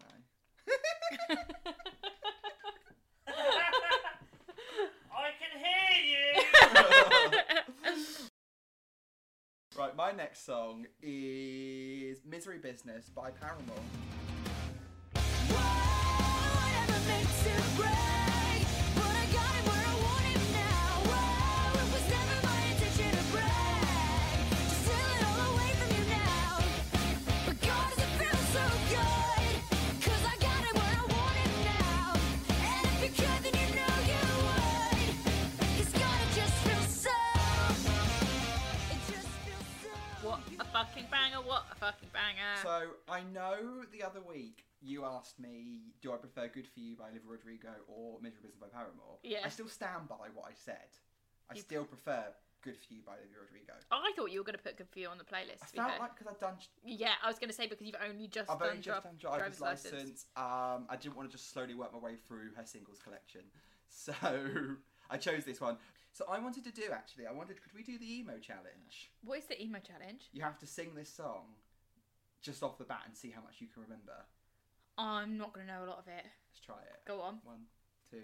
[SPEAKER 1] No.
[SPEAKER 5] I can hear you.
[SPEAKER 1] Right, my next song is Misery Business by Paramore.
[SPEAKER 3] Whatever makes it break, but I got it where I want it now. Whoa, it was never my intention to break, to steal it all away from you now. But God, does it feel so good? 'Cause I got it where I want it now. And if you could, then you know you would. 'Cause God, it just feels so. It just feels so.
[SPEAKER 2] what a fucking banger! What a fucking banger!
[SPEAKER 1] So I know the other week you asked me, do I prefer Good For You by Olivia Rodrigo or Misery Business by Paramore?
[SPEAKER 2] Yeah.
[SPEAKER 1] I still stand by what I said. I
[SPEAKER 2] You-
[SPEAKER 1] still prefer Good For You by Olivia Rodrigo.
[SPEAKER 2] I thought you were going to put Good For You on the playlist.
[SPEAKER 1] I
[SPEAKER 2] to be fair.
[SPEAKER 1] felt like because I've done,
[SPEAKER 2] Yeah, I was going to say because you've only just
[SPEAKER 1] I've
[SPEAKER 2] done,
[SPEAKER 1] only just
[SPEAKER 2] dri-
[SPEAKER 1] done driver's, license.
[SPEAKER 2] license.
[SPEAKER 1] Um, I didn't want to just slowly work my way through her singles collection, so I chose this one. So I wanted to do actually, I wanted, could we do the emo challenge?
[SPEAKER 2] What is the emo challenge?
[SPEAKER 1] You have to sing this song just off the bat and see how much you can remember.
[SPEAKER 2] I'm not going to know a lot of it.
[SPEAKER 1] Let's try it.
[SPEAKER 2] Go on.
[SPEAKER 1] One, two,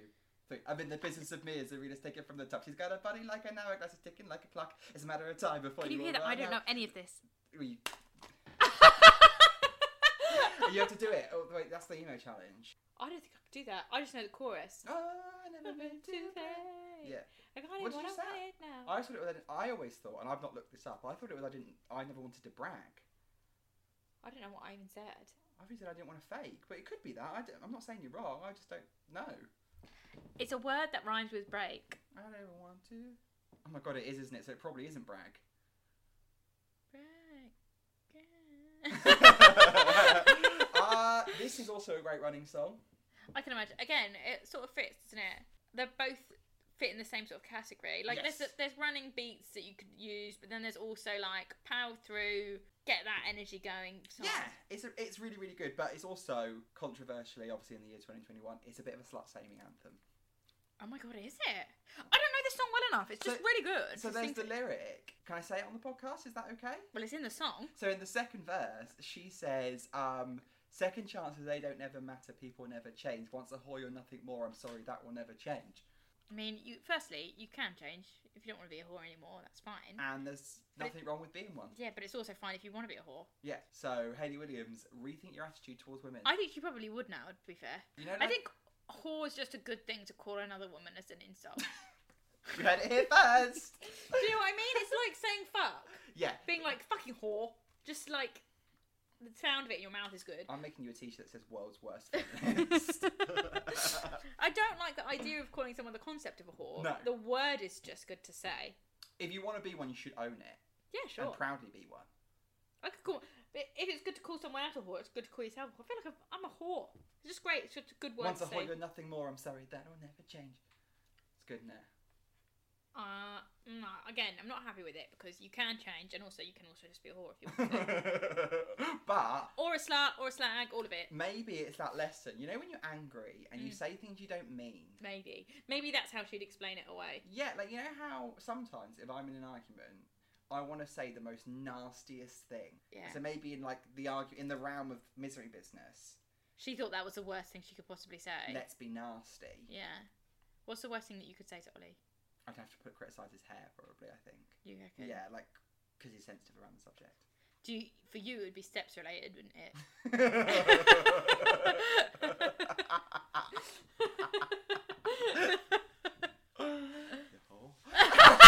[SPEAKER 1] three. I'm in the business of me as the reader's taken from the top. She's got a body like an hourglass, it's ticking like a clock. It's a matter of time before
[SPEAKER 2] Can you hear that? I don't know any of this.
[SPEAKER 1] know. You, you have to do it. Oh, wait, that's the emo challenge.
[SPEAKER 2] I don't think I could do that. I just know the chorus.
[SPEAKER 1] Oh, I never been too bad. Yeah.
[SPEAKER 2] I can't
[SPEAKER 1] What
[SPEAKER 2] even
[SPEAKER 1] did you
[SPEAKER 2] what
[SPEAKER 1] say?
[SPEAKER 2] I wanted now.
[SPEAKER 1] I thought it was. I always thought, and I've not looked this up. I thought it was. I didn't. I never wanted to brag.
[SPEAKER 2] I don't know what I even said.
[SPEAKER 1] I always said I didn't want to fake, but it could be that. I am not saying you're wrong. I just don't know.
[SPEAKER 2] It's a word that rhymes with break.
[SPEAKER 1] I don't ever want to. Oh my god, it is, isn't it? So it probably isn't brag.
[SPEAKER 2] Break.
[SPEAKER 1] uh, this is also a great running song.
[SPEAKER 2] I can imagine. Again, it sort of fits, doesn't it? They're both fit in the same sort of category. Like there's
[SPEAKER 1] Yes.
[SPEAKER 2] there's running beats that you could use, but then there's also like power through, get that energy going. songs.
[SPEAKER 1] Yeah, it's a, it's really really good, but it's also controversially, obviously in the year 2021, it's a bit of a slut shaming anthem.
[SPEAKER 2] Oh my god, is it? I don't know this song well enough. It's
[SPEAKER 1] So-
[SPEAKER 2] just really good.
[SPEAKER 1] So
[SPEAKER 2] Just
[SPEAKER 1] there's
[SPEAKER 2] think-
[SPEAKER 1] the lyric. Can I say it on the podcast? Is that okay?
[SPEAKER 2] Well, it's in the song.
[SPEAKER 1] So in the second verse, she says, um, second chances they don't never matter, people never change. Once a whore, you're nothing more. I'm sorry, that will never change."
[SPEAKER 2] I mean, you firstly you can change if you don't want to be a whore anymore. That's fine.
[SPEAKER 1] And there's nothing wrong with being one.
[SPEAKER 2] Mm. yeah, but it's also fine if you want to be a whore.
[SPEAKER 1] Yeah. So Hayley Williams, rethink your attitude towards women.
[SPEAKER 2] I think you probably would now. To be fair,
[SPEAKER 1] you know,
[SPEAKER 2] I
[SPEAKER 1] like-
[SPEAKER 2] think whore is just a good thing to call another woman as an insult.
[SPEAKER 1] you heard it here first.
[SPEAKER 2] Do you know what I mean? It's like saying fuck.
[SPEAKER 1] Yeah.
[SPEAKER 2] Being like fucking whore. Just like the sound of it in your mouth is good.
[SPEAKER 1] I'm making you a T-shirt that says "World's Worst." Feminist."
[SPEAKER 2] I don't like the idea of calling someone the concept of a whore.
[SPEAKER 1] No.
[SPEAKER 2] The word is just good to say.
[SPEAKER 1] if you want to be one, you should own it
[SPEAKER 2] Yeah, sure.
[SPEAKER 1] and proudly be one.
[SPEAKER 2] I could call. But if it's good to call someone else a whore, it's good to call yourself. a whore. I feel like I'm, I'm a whore. It's just great. It's just a good word
[SPEAKER 1] Once
[SPEAKER 2] to
[SPEAKER 1] a whore,
[SPEAKER 2] say.
[SPEAKER 1] you're nothing more. I'm sorry, that will never change. It's good now.
[SPEAKER 2] Uh, no, again, I'm not happy with it because you can change, and also you can also just be a whore if you want to.
[SPEAKER 1] but
[SPEAKER 2] or a slut, or a slag, all of it.
[SPEAKER 1] maybe it's that lesson. You know, when you're angry and you
[SPEAKER 2] Mm.
[SPEAKER 1] say things you don't mean.
[SPEAKER 2] Maybe, maybe that's how she'd explain it away.
[SPEAKER 1] Yeah, like you know how sometimes if I'm in an argument, I want to say the most nastiest thing.
[SPEAKER 2] Yeah.
[SPEAKER 1] So maybe in like the argue in the realm of misery business,
[SPEAKER 2] She thought that was the worst thing she could possibly say.
[SPEAKER 1] let's be nasty.
[SPEAKER 2] Yeah. What's the worst thing that you could say to Ollie?
[SPEAKER 1] I'd have to put criticize his hair probably. I think.
[SPEAKER 2] You reckon?
[SPEAKER 1] Yeah, like because he's sensitive around the subject.
[SPEAKER 2] Do you, for you, it would be steps related, wouldn't it?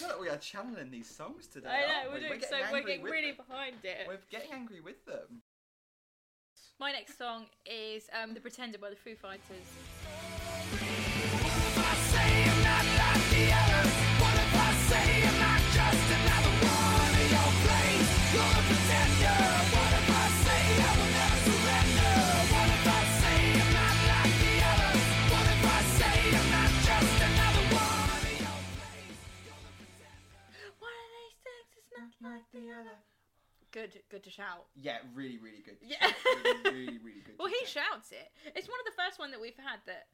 [SPEAKER 1] Look, we are channeling these songs today.
[SPEAKER 2] I know.
[SPEAKER 1] aren't
[SPEAKER 2] We're
[SPEAKER 1] we?
[SPEAKER 2] doing so. We're
[SPEAKER 1] angry
[SPEAKER 2] getting
[SPEAKER 1] with
[SPEAKER 2] really
[SPEAKER 1] them.
[SPEAKER 2] behind it.
[SPEAKER 1] We're getting angry with them.
[SPEAKER 2] My next song is um, "The Pretender" by the Foo Fighters. One of these things is not like the other. Good, good to shout.
[SPEAKER 1] Yeah, really, really good.
[SPEAKER 2] Yeah.
[SPEAKER 1] Really, really, really good.
[SPEAKER 2] Well, he
[SPEAKER 1] should.
[SPEAKER 2] shouts it. It's one of the first one that we've had that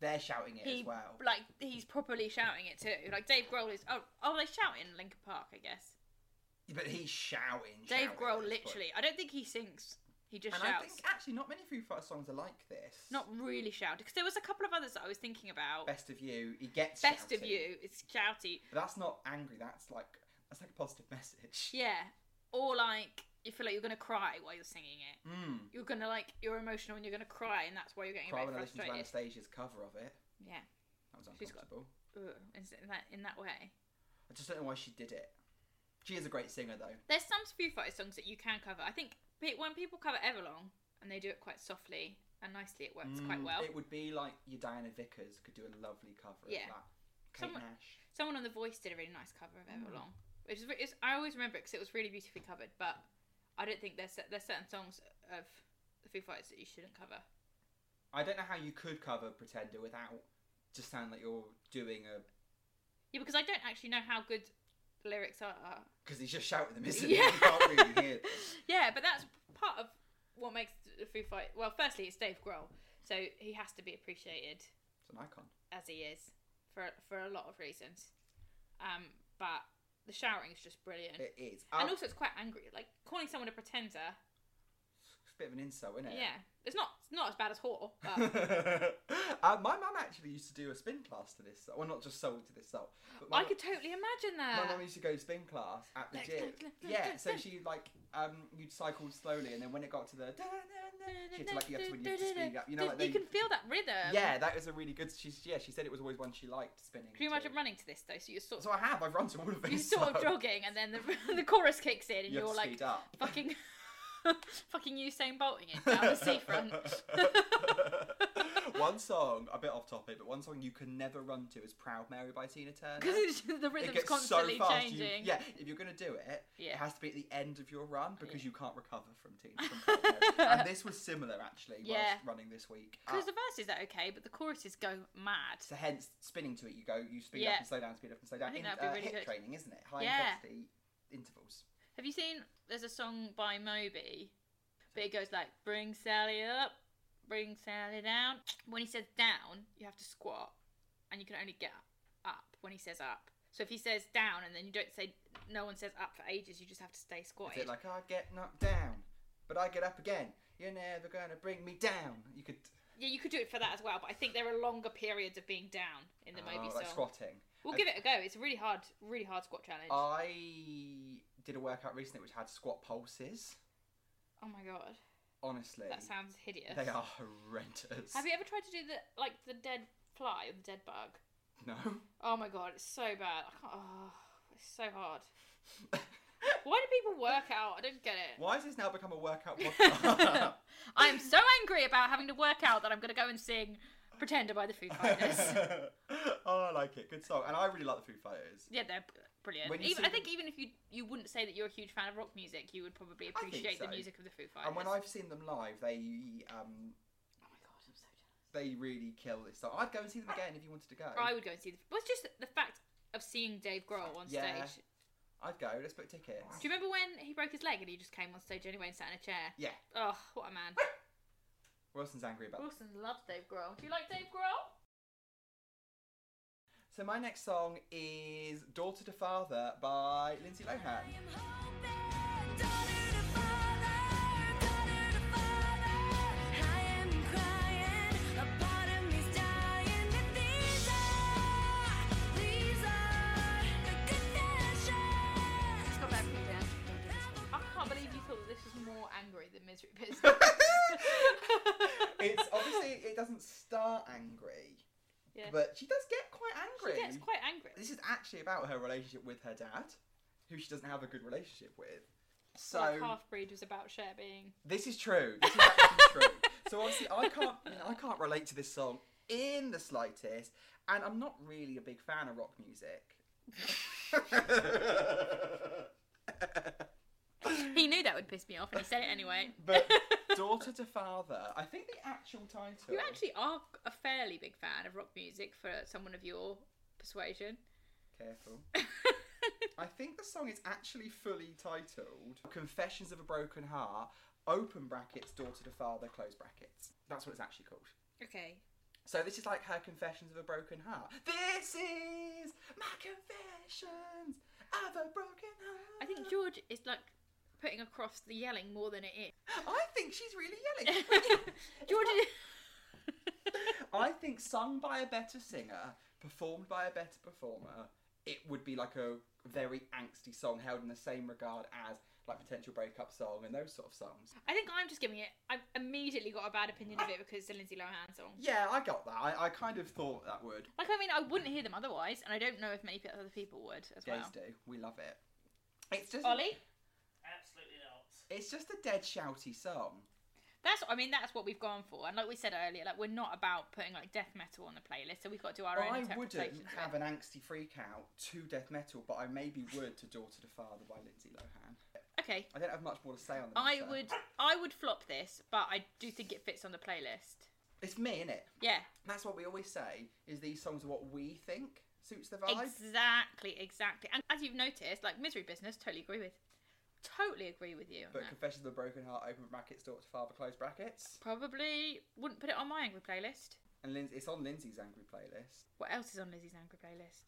[SPEAKER 1] They're shouting it
[SPEAKER 2] he
[SPEAKER 1] as well.
[SPEAKER 2] like he's properly shouting it too. Like Dave Grohl is oh oh they shout in Linkin Park I guess.
[SPEAKER 1] But he's shouting.
[SPEAKER 2] Dave
[SPEAKER 1] shouting
[SPEAKER 2] Grohl
[SPEAKER 1] at this point.
[SPEAKER 2] literally I don't think he sings. He just
[SPEAKER 1] And I
[SPEAKER 2] shouts.
[SPEAKER 1] think actually not many Foo Fighters songs are like this.
[SPEAKER 2] Not really shouted because there was a couple of others that I was thinking about.
[SPEAKER 1] Best of You. He gets
[SPEAKER 2] Best of
[SPEAKER 1] shouting.
[SPEAKER 2] you, it's shouty.
[SPEAKER 1] But that's not angry. That's like that's like a positive message.
[SPEAKER 2] Yeah. Or like you feel like you're gonna cry while you're singing it.
[SPEAKER 1] Mm.
[SPEAKER 2] You're gonna like you're emotional and you're gonna cry and that's why you're getting
[SPEAKER 1] Cry
[SPEAKER 2] a
[SPEAKER 1] when
[SPEAKER 2] bit
[SPEAKER 1] I listened to
[SPEAKER 2] frustrated.
[SPEAKER 1] Anastasia's cover of it.
[SPEAKER 2] Yeah.
[SPEAKER 1] That was
[SPEAKER 2] She's got-
[SPEAKER 1] uncomfortable.
[SPEAKER 2] Ugh, is it in that in that way.
[SPEAKER 1] I just don't know why she did it. She is a great singer though.
[SPEAKER 2] There's some Foo Fighters songs that you can cover. I think pe- when people cover Everlong and they do it quite softly and nicely, it works quite
[SPEAKER 1] Mm,
[SPEAKER 2] well.
[SPEAKER 1] It would be like your Diana Vickers could do a lovely cover
[SPEAKER 2] Yeah.
[SPEAKER 1] of that. Kate
[SPEAKER 2] Someone-
[SPEAKER 1] Nash.
[SPEAKER 2] Someone on The Voice did a really nice cover of
[SPEAKER 1] Mm.
[SPEAKER 2] Everlong, which is, re- is I always remember because it, was really beautifully covered. But I don't think there's cer- there's certain songs of the Foo Fighters that you shouldn't cover.
[SPEAKER 1] I don't know how you could cover Pretender without just sound like you're doing a
[SPEAKER 2] Yeah, because I don't actually know how good the lyrics are.
[SPEAKER 1] because he's just shouting them, isn't
[SPEAKER 2] Yeah.
[SPEAKER 1] he? You can't really hear them.
[SPEAKER 2] yeah, but that's part of what makes the Foo Fight. Well, firstly, it's Dave Grohl, so he has to be appreciated.
[SPEAKER 1] It's an icon.
[SPEAKER 2] as he is for for a lot of reasons. Um, but the shouting is just brilliant,
[SPEAKER 1] It is.
[SPEAKER 2] and
[SPEAKER 1] Oh,
[SPEAKER 2] also it's quite angry. Like calling someone a pretender.
[SPEAKER 1] it's a bit of an insult, isn't
[SPEAKER 2] Yeah,
[SPEAKER 1] it?
[SPEAKER 2] it's not it's not as bad as whore, but
[SPEAKER 1] uh, my mum actually used to do a spin class to this. song. Well, not just soul to this soul. But my
[SPEAKER 2] I
[SPEAKER 1] mum-
[SPEAKER 2] could totally imagine
[SPEAKER 1] My
[SPEAKER 2] that.
[SPEAKER 1] mum used to go to spin class at the
[SPEAKER 2] Look,
[SPEAKER 1] gym.
[SPEAKER 2] look, look, look,
[SPEAKER 1] yeah,
[SPEAKER 2] look,
[SPEAKER 1] so
[SPEAKER 2] look.
[SPEAKER 1] she like um you'd cycle slowly, and then when it got to the she had to like you have to, when you have to speed up. You know, like they,
[SPEAKER 2] you can feel that rhythm.
[SPEAKER 1] yeah, that was a really good. She's yeah, she said it was always one she liked spinning.
[SPEAKER 2] Can you
[SPEAKER 1] to.
[SPEAKER 2] imagine running to this though? So you're sort
[SPEAKER 1] So
[SPEAKER 2] of,
[SPEAKER 1] I have. I've run to all of these.
[SPEAKER 2] you're sort of
[SPEAKER 1] songs.
[SPEAKER 2] jogging, and then the the chorus kicks in, and
[SPEAKER 1] You have
[SPEAKER 2] are
[SPEAKER 1] to
[SPEAKER 2] like
[SPEAKER 1] speed up.
[SPEAKER 2] fucking fucking Usain bolting it down the seafront.
[SPEAKER 1] one song, a bit off topic, but one song you can never run to is "Proud Mary" by Tina Turner.
[SPEAKER 2] Because it's just- the
[SPEAKER 1] it
[SPEAKER 2] rhythm's
[SPEAKER 1] gets
[SPEAKER 2] constantly
[SPEAKER 1] so fast. you-
[SPEAKER 2] changing.
[SPEAKER 1] yeah, if you're gonna do it,
[SPEAKER 2] Yeah.
[SPEAKER 1] it has to be at the end of your run because
[SPEAKER 2] Oh, Yeah.
[SPEAKER 1] you can't recover from Tina. From Proud Mary. and this was similar actually.
[SPEAKER 2] Yeah.
[SPEAKER 1] Whilst running this week.
[SPEAKER 2] Because
[SPEAKER 1] Uh,
[SPEAKER 2] the verses are okay, but the choruses go mad.
[SPEAKER 1] so hence spinning to it, you go, you speed
[SPEAKER 2] Yeah.
[SPEAKER 1] up and slow down, speed up and slow down.
[SPEAKER 2] think
[SPEAKER 1] In-
[SPEAKER 2] that'd be
[SPEAKER 1] uh,
[SPEAKER 2] really
[SPEAKER 1] hit
[SPEAKER 2] good.
[SPEAKER 1] training, isn't it? High
[SPEAKER 2] Yeah.
[SPEAKER 1] intensity intervals.
[SPEAKER 2] Have you seen? There's a song by Moby, but it goes like, "Bring Sally up, bring Sally down." When he says down, you have to squat, and you can only get up when he says up. So if he says down, and then you don't say, no one says up for ages. You just have to stay
[SPEAKER 1] Is it
[SPEAKER 2] squatted.
[SPEAKER 1] like I get knocked down, but I get up again? You're never gonna bring me down. You could
[SPEAKER 2] yeah, you could do it for that as well, but I think there are longer periods of being down in the
[SPEAKER 1] Oh,
[SPEAKER 2] Moby
[SPEAKER 1] like
[SPEAKER 2] song.
[SPEAKER 1] squatting.
[SPEAKER 2] We'll
[SPEAKER 1] I-
[SPEAKER 2] give it a go. It's a really hard, really hard squat challenge.
[SPEAKER 1] Ah. I did a workout recently which had squat pulses.
[SPEAKER 2] oh my god,
[SPEAKER 1] Honestly,
[SPEAKER 2] that sounds hideous.
[SPEAKER 1] they are horrendous.
[SPEAKER 2] Have you ever tried to do the like the dead fly or the dead bug?
[SPEAKER 1] No.
[SPEAKER 2] Oh my god, it's so bad. I can't, oh, it's so hard. Why do people work out? I don't get it.
[SPEAKER 1] Why has this now become a workout podcast?
[SPEAKER 2] I'm so angry about having to work out that I'm going to go and sing Pretender by the Foo Fighters.
[SPEAKER 1] oh, I like it. Good song, and I really like the Foo Fighters.
[SPEAKER 2] yeah, they're br- brilliant.
[SPEAKER 1] When you
[SPEAKER 2] Even,
[SPEAKER 1] see
[SPEAKER 2] I think even if you you wouldn't say that you're a huge fan of rock music, you would probably
[SPEAKER 1] think
[SPEAKER 2] appreciate the
[SPEAKER 1] so.
[SPEAKER 2] music of the Foo Fighters.
[SPEAKER 1] And when I've seen them live, they um
[SPEAKER 2] oh my god, I'm so jealous.
[SPEAKER 1] they really kill this song. I'd go and see them again if you wanted to go.
[SPEAKER 2] I would go and see the. Well, it's just the fact of seeing Dave Grohl on
[SPEAKER 1] Yeah.
[SPEAKER 2] stage.
[SPEAKER 1] I'd go. Let's book tickets.
[SPEAKER 2] Do you remember when he broke his leg and he just came on stage anyway and sat in a chair?
[SPEAKER 1] Yeah,
[SPEAKER 2] Oh, what a man.
[SPEAKER 1] Wilson's angry about.
[SPEAKER 2] Wilson loves Dave Grohl. Do you like Dave Grohl?
[SPEAKER 1] So my next song is "Daughter to Father" by Lindsay Lohan.
[SPEAKER 3] I am hoping, daughter to father, daughter to father. I am crying, a part of me's dying. But these are, these are uh, the
[SPEAKER 2] It's
[SPEAKER 3] confessions.
[SPEAKER 2] got bad people down. I can't believe you thought that this was more angry than misery business.
[SPEAKER 1] it's obviously it doesn't start angry,
[SPEAKER 2] Yeah.
[SPEAKER 1] but she does get quite
[SPEAKER 2] She
[SPEAKER 1] angry.
[SPEAKER 2] gets quite angry.
[SPEAKER 1] This is actually about her relationship with her dad, who she doesn't have a good relationship with. So
[SPEAKER 2] like half breed was about Cher being.
[SPEAKER 1] this is true. This is actually true. So obviously I can't you know, I can't relate to this song in the slightest, and I'm not really a big fan of rock music.
[SPEAKER 2] He knew that would piss me off, and he said it anyway.
[SPEAKER 1] but daughter to father, I think the actual title.
[SPEAKER 2] you actually are a fairly big fan of rock music for someone of your persuasion.
[SPEAKER 1] Careful. I think the song is actually fully titled Confessions of a Broken Heart, open brackets, daughter to father, close brackets. That's what it's actually called.
[SPEAKER 2] okay.
[SPEAKER 1] So this is like her confessions of a broken heart. This is my confessions of a broken heart.
[SPEAKER 2] I think George is like putting across the yelling more than it is.
[SPEAKER 1] I think she's really yelling.
[SPEAKER 2] George is.
[SPEAKER 1] I think sung by a better singer, performed by a better performer, it would be like a very angsty song held in the same regard as like potential breakup song and those sort of songs.
[SPEAKER 2] I think I'm just giving it. I've immediately got a bad opinion of it because it's a Lindsay Lohan song.
[SPEAKER 1] Yeah, I got that. I, I kind of thought that would.
[SPEAKER 2] Like, I mean, I wouldn't hear them otherwise, and I don't know if many pe- other people would as
[SPEAKER 1] Gays
[SPEAKER 2] well.
[SPEAKER 1] do. We love it. It's just
[SPEAKER 2] Ollie,
[SPEAKER 5] Absolutely not.
[SPEAKER 1] it's just a dead shouty song.
[SPEAKER 2] that's. I mean, that's what we've gone for. And like we said earlier, like we're not about putting like death metal on the playlist, so we've got to do our own
[SPEAKER 1] I
[SPEAKER 2] interpretation.
[SPEAKER 1] wouldn't
[SPEAKER 2] of it.
[SPEAKER 1] have an angsty freak out to death metal, but I maybe would to Daughter to Father by Lindsay Lohan.
[SPEAKER 2] Okay,
[SPEAKER 1] I don't have much more to say on the
[SPEAKER 2] I
[SPEAKER 1] matter.
[SPEAKER 2] would. I would flop this, but I do think it fits on the playlist.
[SPEAKER 1] It's me, innit?
[SPEAKER 2] Yeah,
[SPEAKER 1] That's what we always say, is these songs are what we think suits the vibe.
[SPEAKER 2] exactly, exactly. And as you've noticed, like misery business, totally agree with. Totally agree with you. on
[SPEAKER 1] But
[SPEAKER 2] that.
[SPEAKER 1] Confessions of a Broken Heart, open brackets, Daughter to Father, close brackets.
[SPEAKER 2] Probably wouldn't put it on my angry playlist.
[SPEAKER 1] And Lindsay, it's on Lindsay's Angry playlist.
[SPEAKER 2] What else is on Lizzie's angry playlist?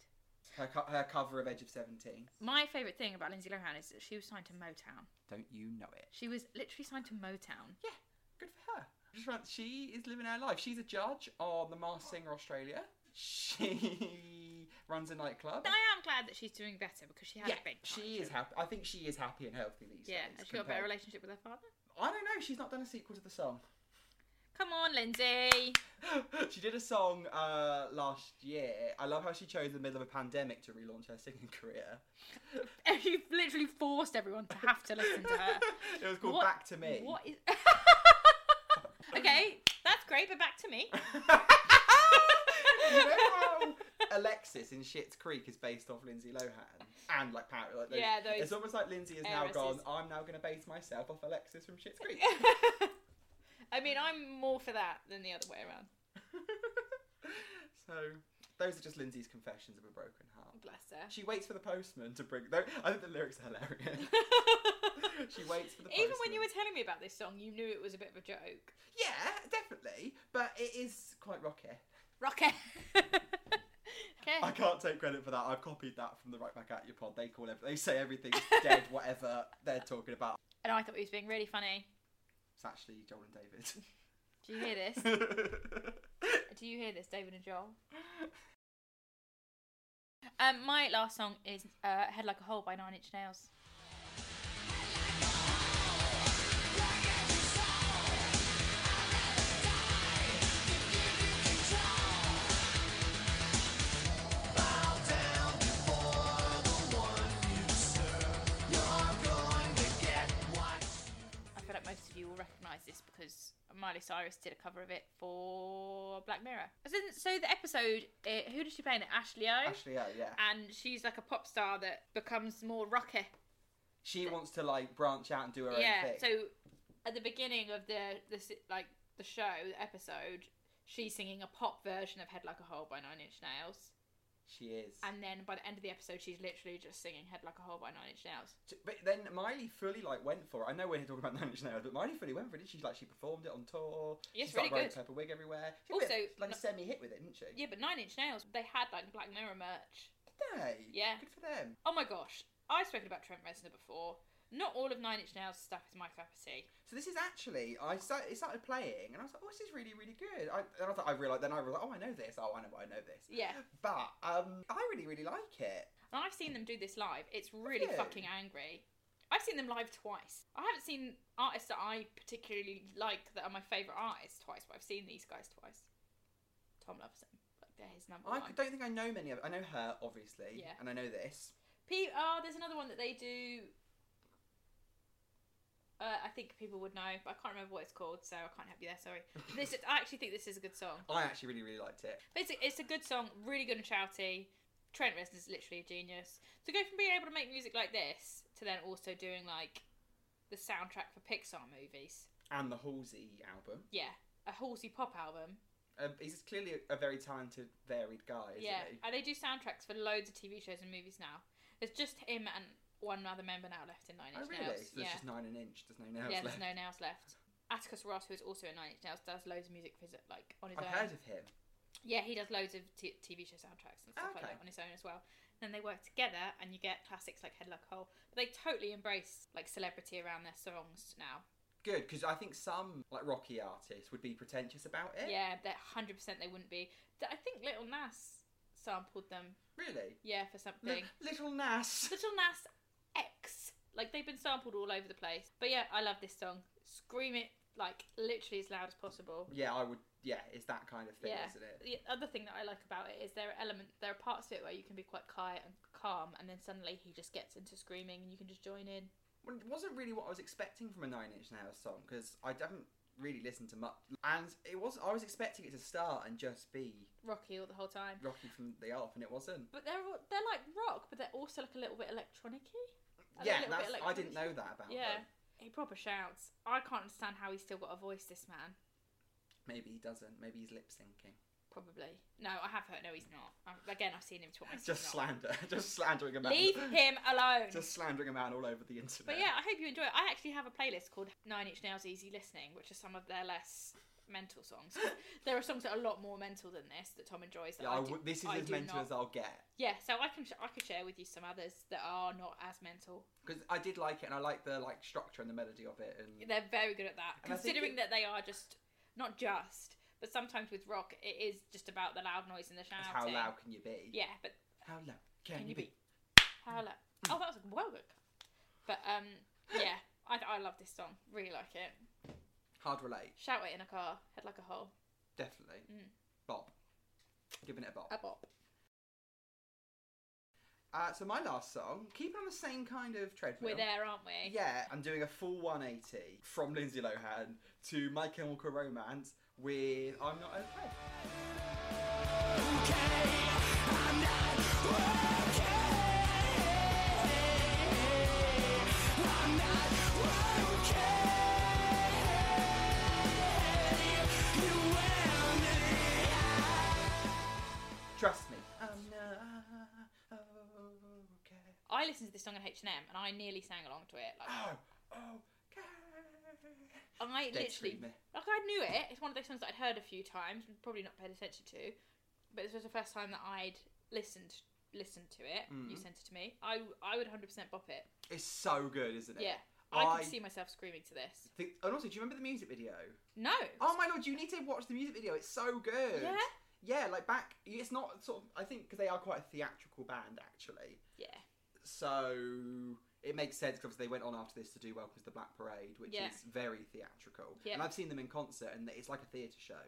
[SPEAKER 1] Her, co- her cover of Edge of 17.
[SPEAKER 2] My favourite thing about Lindsay Lohan is that she was signed to Motown.
[SPEAKER 1] Don't you know it?
[SPEAKER 2] She was literally signed to Motown.
[SPEAKER 1] Yeah, good for her. Just want- She is living her life. She's a judge on The Masked Singer Australia. She runs a nightclub.
[SPEAKER 2] I am glad that she's doing better because she had
[SPEAKER 1] yeah,
[SPEAKER 2] a big.
[SPEAKER 1] she is happy. I think she is happy and healthy these
[SPEAKER 2] Yeah,
[SPEAKER 1] days.
[SPEAKER 2] has she got a better
[SPEAKER 1] compared-
[SPEAKER 2] relationship with her father?
[SPEAKER 1] I don't know. She's not done a sequel to the song.
[SPEAKER 2] Come on, Lindsay.
[SPEAKER 1] she did a song uh, last year. I love how she chose the middle of a pandemic to relaunch her singing career.
[SPEAKER 2] You've literally forced everyone to have to listen to her.
[SPEAKER 1] it was called
[SPEAKER 2] What-
[SPEAKER 1] Back to Me.
[SPEAKER 2] What is? okay, that's great, but back to me.
[SPEAKER 1] you know how Alexis in Shit's Creek is based off Lindsay Lohan and like Pat, like those,
[SPEAKER 2] Yeah, those
[SPEAKER 1] It's almost like Lindsay has now gone.
[SPEAKER 2] heiresses.
[SPEAKER 1] I'm now going to base myself off Alexis from Shit's Creek.
[SPEAKER 2] I mean, I'm more for that than the other way around.
[SPEAKER 1] so those are just Lindsay's confessions of a broken heart.
[SPEAKER 2] Bless her.
[SPEAKER 1] She waits for the postman to bring. Though I think the lyrics are hilarious. she waits for the.
[SPEAKER 2] Even when you
[SPEAKER 1] postman.
[SPEAKER 2] were telling me about this song, you knew it was a bit of a joke.
[SPEAKER 1] Yeah, definitely. But it is quite rocky.
[SPEAKER 2] Rocket.
[SPEAKER 1] I
[SPEAKER 2] okay.
[SPEAKER 1] can't take credit for that. I've copied that from the Right Back At Your pod. They call every- they say everything's dead, whatever they're talking about.
[SPEAKER 2] And I thought he was being really funny.
[SPEAKER 1] It's actually Joel and David.
[SPEAKER 2] Do you hear this? Do you hear this, David and Joel? Um, my last song is uh, "Head Like a Hole" by Nine Inch Nails. I feel like most of you will recognise this because Miley Cyrus did a cover of it for Black Mirror. So, so the episode, uh who did she play in it? Ashley O.
[SPEAKER 1] Ashley, oh yeah.
[SPEAKER 2] and she's like a pop star that becomes more rocky.
[SPEAKER 1] She wants to like branch out and do her
[SPEAKER 2] yeah.
[SPEAKER 1] own thing.
[SPEAKER 2] So at the beginning of the the s- like the show the episode, she's singing a pop version of "Head Like a Hole" by Nine Inch Nails,
[SPEAKER 1] she is.
[SPEAKER 2] and then by the end of the episode, she's literally just singing "Head Like a Hole" by Nine Inch Nails.
[SPEAKER 1] T- But then Miley fully like went for it. I know we're here talking about Nine Inch Nails, but Miley fully went for it. Didn't she like she performed it on tour.
[SPEAKER 2] Yes,
[SPEAKER 1] she started
[SPEAKER 2] really
[SPEAKER 1] wearing
[SPEAKER 2] good.
[SPEAKER 1] purple wig everywhere. She had a bit,
[SPEAKER 2] Also,
[SPEAKER 1] like a
[SPEAKER 2] no-
[SPEAKER 1] semi-hit with it, didn't she?
[SPEAKER 2] Yeah, but Nine Inch Nails they had like Black Mirror merch.
[SPEAKER 1] Did they?
[SPEAKER 2] Yeah.
[SPEAKER 1] Good for them.
[SPEAKER 2] Oh my gosh, I've spoken about Trent Reznor before. Not all of Nine Inch Nails stuff is my cup of tea.
[SPEAKER 1] So this is actually I started, it started playing and I was like, oh, this is really really good. I, and I thought I realized then I realized oh I know this oh I know I know this.
[SPEAKER 2] Yeah,
[SPEAKER 1] But um, I really really like it.
[SPEAKER 2] and I've seen them do this live. It's really
[SPEAKER 1] you?
[SPEAKER 2] fucking angry. I've seen them live twice. I haven't seen artists that I particularly like that are my favourite artists twice, but I've seen these guys twice. Tom loves them. Like they're his number
[SPEAKER 1] I
[SPEAKER 2] one.
[SPEAKER 1] don't think I know many of. I know her obviously.
[SPEAKER 2] Oh Yeah.
[SPEAKER 1] And I know this.
[SPEAKER 2] P- oh, there's another one that they do. Uh, I think people would know, but I can't remember what it's called, so I can't help you there. Sorry. This is, I actually think this is a good song.
[SPEAKER 1] I actually really really liked it.
[SPEAKER 2] But it's a, it's a good song, really good and shouty. Trent Reznor's literally a genius. To go from being able to make music like this to then also doing like the soundtrack for Pixar movies.
[SPEAKER 1] And the Halsey album.
[SPEAKER 2] Yeah, a Halsey pop album.
[SPEAKER 1] Um, he's clearly a, a very talented, varied guy, isn't
[SPEAKER 2] yeah,
[SPEAKER 1] he?
[SPEAKER 2] and they do soundtracks for loads of TV shows and movies now. There's just him and one other member now left in Nine
[SPEAKER 1] Oh
[SPEAKER 2] Inch
[SPEAKER 1] really?
[SPEAKER 2] Nails.
[SPEAKER 1] So there's
[SPEAKER 2] yeah,
[SPEAKER 1] just nine an inch. There's no nails left.
[SPEAKER 2] yeah, there's no nails left. Atticus Ross, who is also in Nine Inch Nails, does loads of music for his like on his
[SPEAKER 1] I've
[SPEAKER 2] own.
[SPEAKER 1] heard of him.
[SPEAKER 2] Yeah, he does loads of t- TV show soundtracks and stuff like
[SPEAKER 1] Okay.
[SPEAKER 2] that on his own as well. Then they work together, and you get classics like Head Like a Hole. But they totally embrace like celebrity around their songs now.
[SPEAKER 1] Good, because I think some like Rocky artists would be pretentious about it.
[SPEAKER 2] Yeah, that hundred percent they wouldn't be. Th- I think Little Nas sampled them.
[SPEAKER 1] Really?
[SPEAKER 2] Yeah, for
[SPEAKER 1] Li-
[SPEAKER 2] something.
[SPEAKER 1] little Nas.
[SPEAKER 2] Little Nas X. Like they've been sampled all over the place. But yeah, I love this song. Scream it like literally as loud as possible.
[SPEAKER 1] Yeah, I would. Yeah, it's that kind of thing,
[SPEAKER 2] Yeah.
[SPEAKER 1] isn't it?
[SPEAKER 2] The other thing that I like about it is there are element there are parts of it where you can be quite quiet and calm, and then suddenly he just gets into screaming, and you can just join in.
[SPEAKER 1] Well, it wasn't really what I was expecting from a Nine Inch Nails song because I haven't really listened to much, and it was. I was expecting it to start and just be
[SPEAKER 2] Rocky all the whole time.
[SPEAKER 1] Rocky from the off, and it wasn't.
[SPEAKER 2] But they're all- they're like rock, but they're also like a little bit electronic-y. And
[SPEAKER 1] yeah,
[SPEAKER 2] a little bit
[SPEAKER 1] that's, I didn't
[SPEAKER 2] electronic.
[SPEAKER 1] know that about.
[SPEAKER 2] Yeah,
[SPEAKER 1] them.
[SPEAKER 2] he proper shouts. I can't understand how he's still got a voice. This man,
[SPEAKER 1] Maybe he doesn't. Maybe he's lip syncing.
[SPEAKER 2] probably. No, I have heard. No, he's not. i again, I've seen him twice. he's
[SPEAKER 1] Just
[SPEAKER 2] not.
[SPEAKER 1] slander. Just slandering a man.
[SPEAKER 2] Leave him alone.
[SPEAKER 1] Just slandering a man all over the internet.
[SPEAKER 2] But yeah, I hope you enjoy it. I actually have a playlist called Nine Inch Nails Easy Listening, which are some of their less mental songs. there are songs that are a lot more mental than this that Tom enjoys. That
[SPEAKER 1] Yeah, I
[SPEAKER 2] I do-
[SPEAKER 1] would- this is
[SPEAKER 2] I
[SPEAKER 1] as
[SPEAKER 2] do
[SPEAKER 1] mental
[SPEAKER 2] not.
[SPEAKER 1] as I'll get.
[SPEAKER 2] Yeah, so I can sh- I could share with you some others that are not as mental.
[SPEAKER 1] because I did like it, and I like the like structure and the melody of it, and
[SPEAKER 2] They're very good at that,
[SPEAKER 1] And I think it-
[SPEAKER 2] considering that they are just not just, but sometimes with rock it is just about the loud noise and the
[SPEAKER 1] it's
[SPEAKER 2] shouting.
[SPEAKER 1] how loud can you be?
[SPEAKER 2] Yeah, but
[SPEAKER 1] How loud can, you be?
[SPEAKER 2] How loud? Oh, that was well good. But um, yeah, I I love this song. Really like it.
[SPEAKER 1] Hard relate,
[SPEAKER 2] Shout it in a car. Head like a hole.
[SPEAKER 1] definitely.
[SPEAKER 2] Mm.
[SPEAKER 1] Bob, giving it a bob.
[SPEAKER 2] A bop.
[SPEAKER 1] Uh, so my last song, keeping on the same kind of treadmill.
[SPEAKER 2] We're there, aren't we?
[SPEAKER 1] Yeah, I'm doing a full 180 from Lindsay Lohan to My Chemical Romance with I'm Not Okay. Trust me. I'm not okay.
[SPEAKER 2] I listened to this song on H and M, and I nearly sang along to it. Like,
[SPEAKER 1] Oh, okay.
[SPEAKER 2] I literally,
[SPEAKER 1] Daydreamer.
[SPEAKER 2] like, I knew it. It's one of those songs that I'd heard a few times, and probably not paid attention to. But this was the first time that I'd listened listened to it. You
[SPEAKER 1] Mhm.
[SPEAKER 2] sent it to me. I I would 100% bop it.
[SPEAKER 1] It's so good, isn't it?
[SPEAKER 2] Yeah. I,
[SPEAKER 1] I-
[SPEAKER 2] could see myself screaming to this.
[SPEAKER 1] Think, and also, do you remember the music video?
[SPEAKER 2] No.
[SPEAKER 1] Oh my lord, you need to watch the music video. It's so good.
[SPEAKER 2] yeah.
[SPEAKER 1] Yeah, like back. It's not sort of. I think because they are quite a theatrical band actually,
[SPEAKER 2] Yeah.
[SPEAKER 1] so it makes sense because they went on after this to do Welcome to the Black Parade, which
[SPEAKER 2] Yeah.
[SPEAKER 1] is very theatrical.
[SPEAKER 2] Yeah.
[SPEAKER 1] And I've seen them in concert, and it's like a theatre show.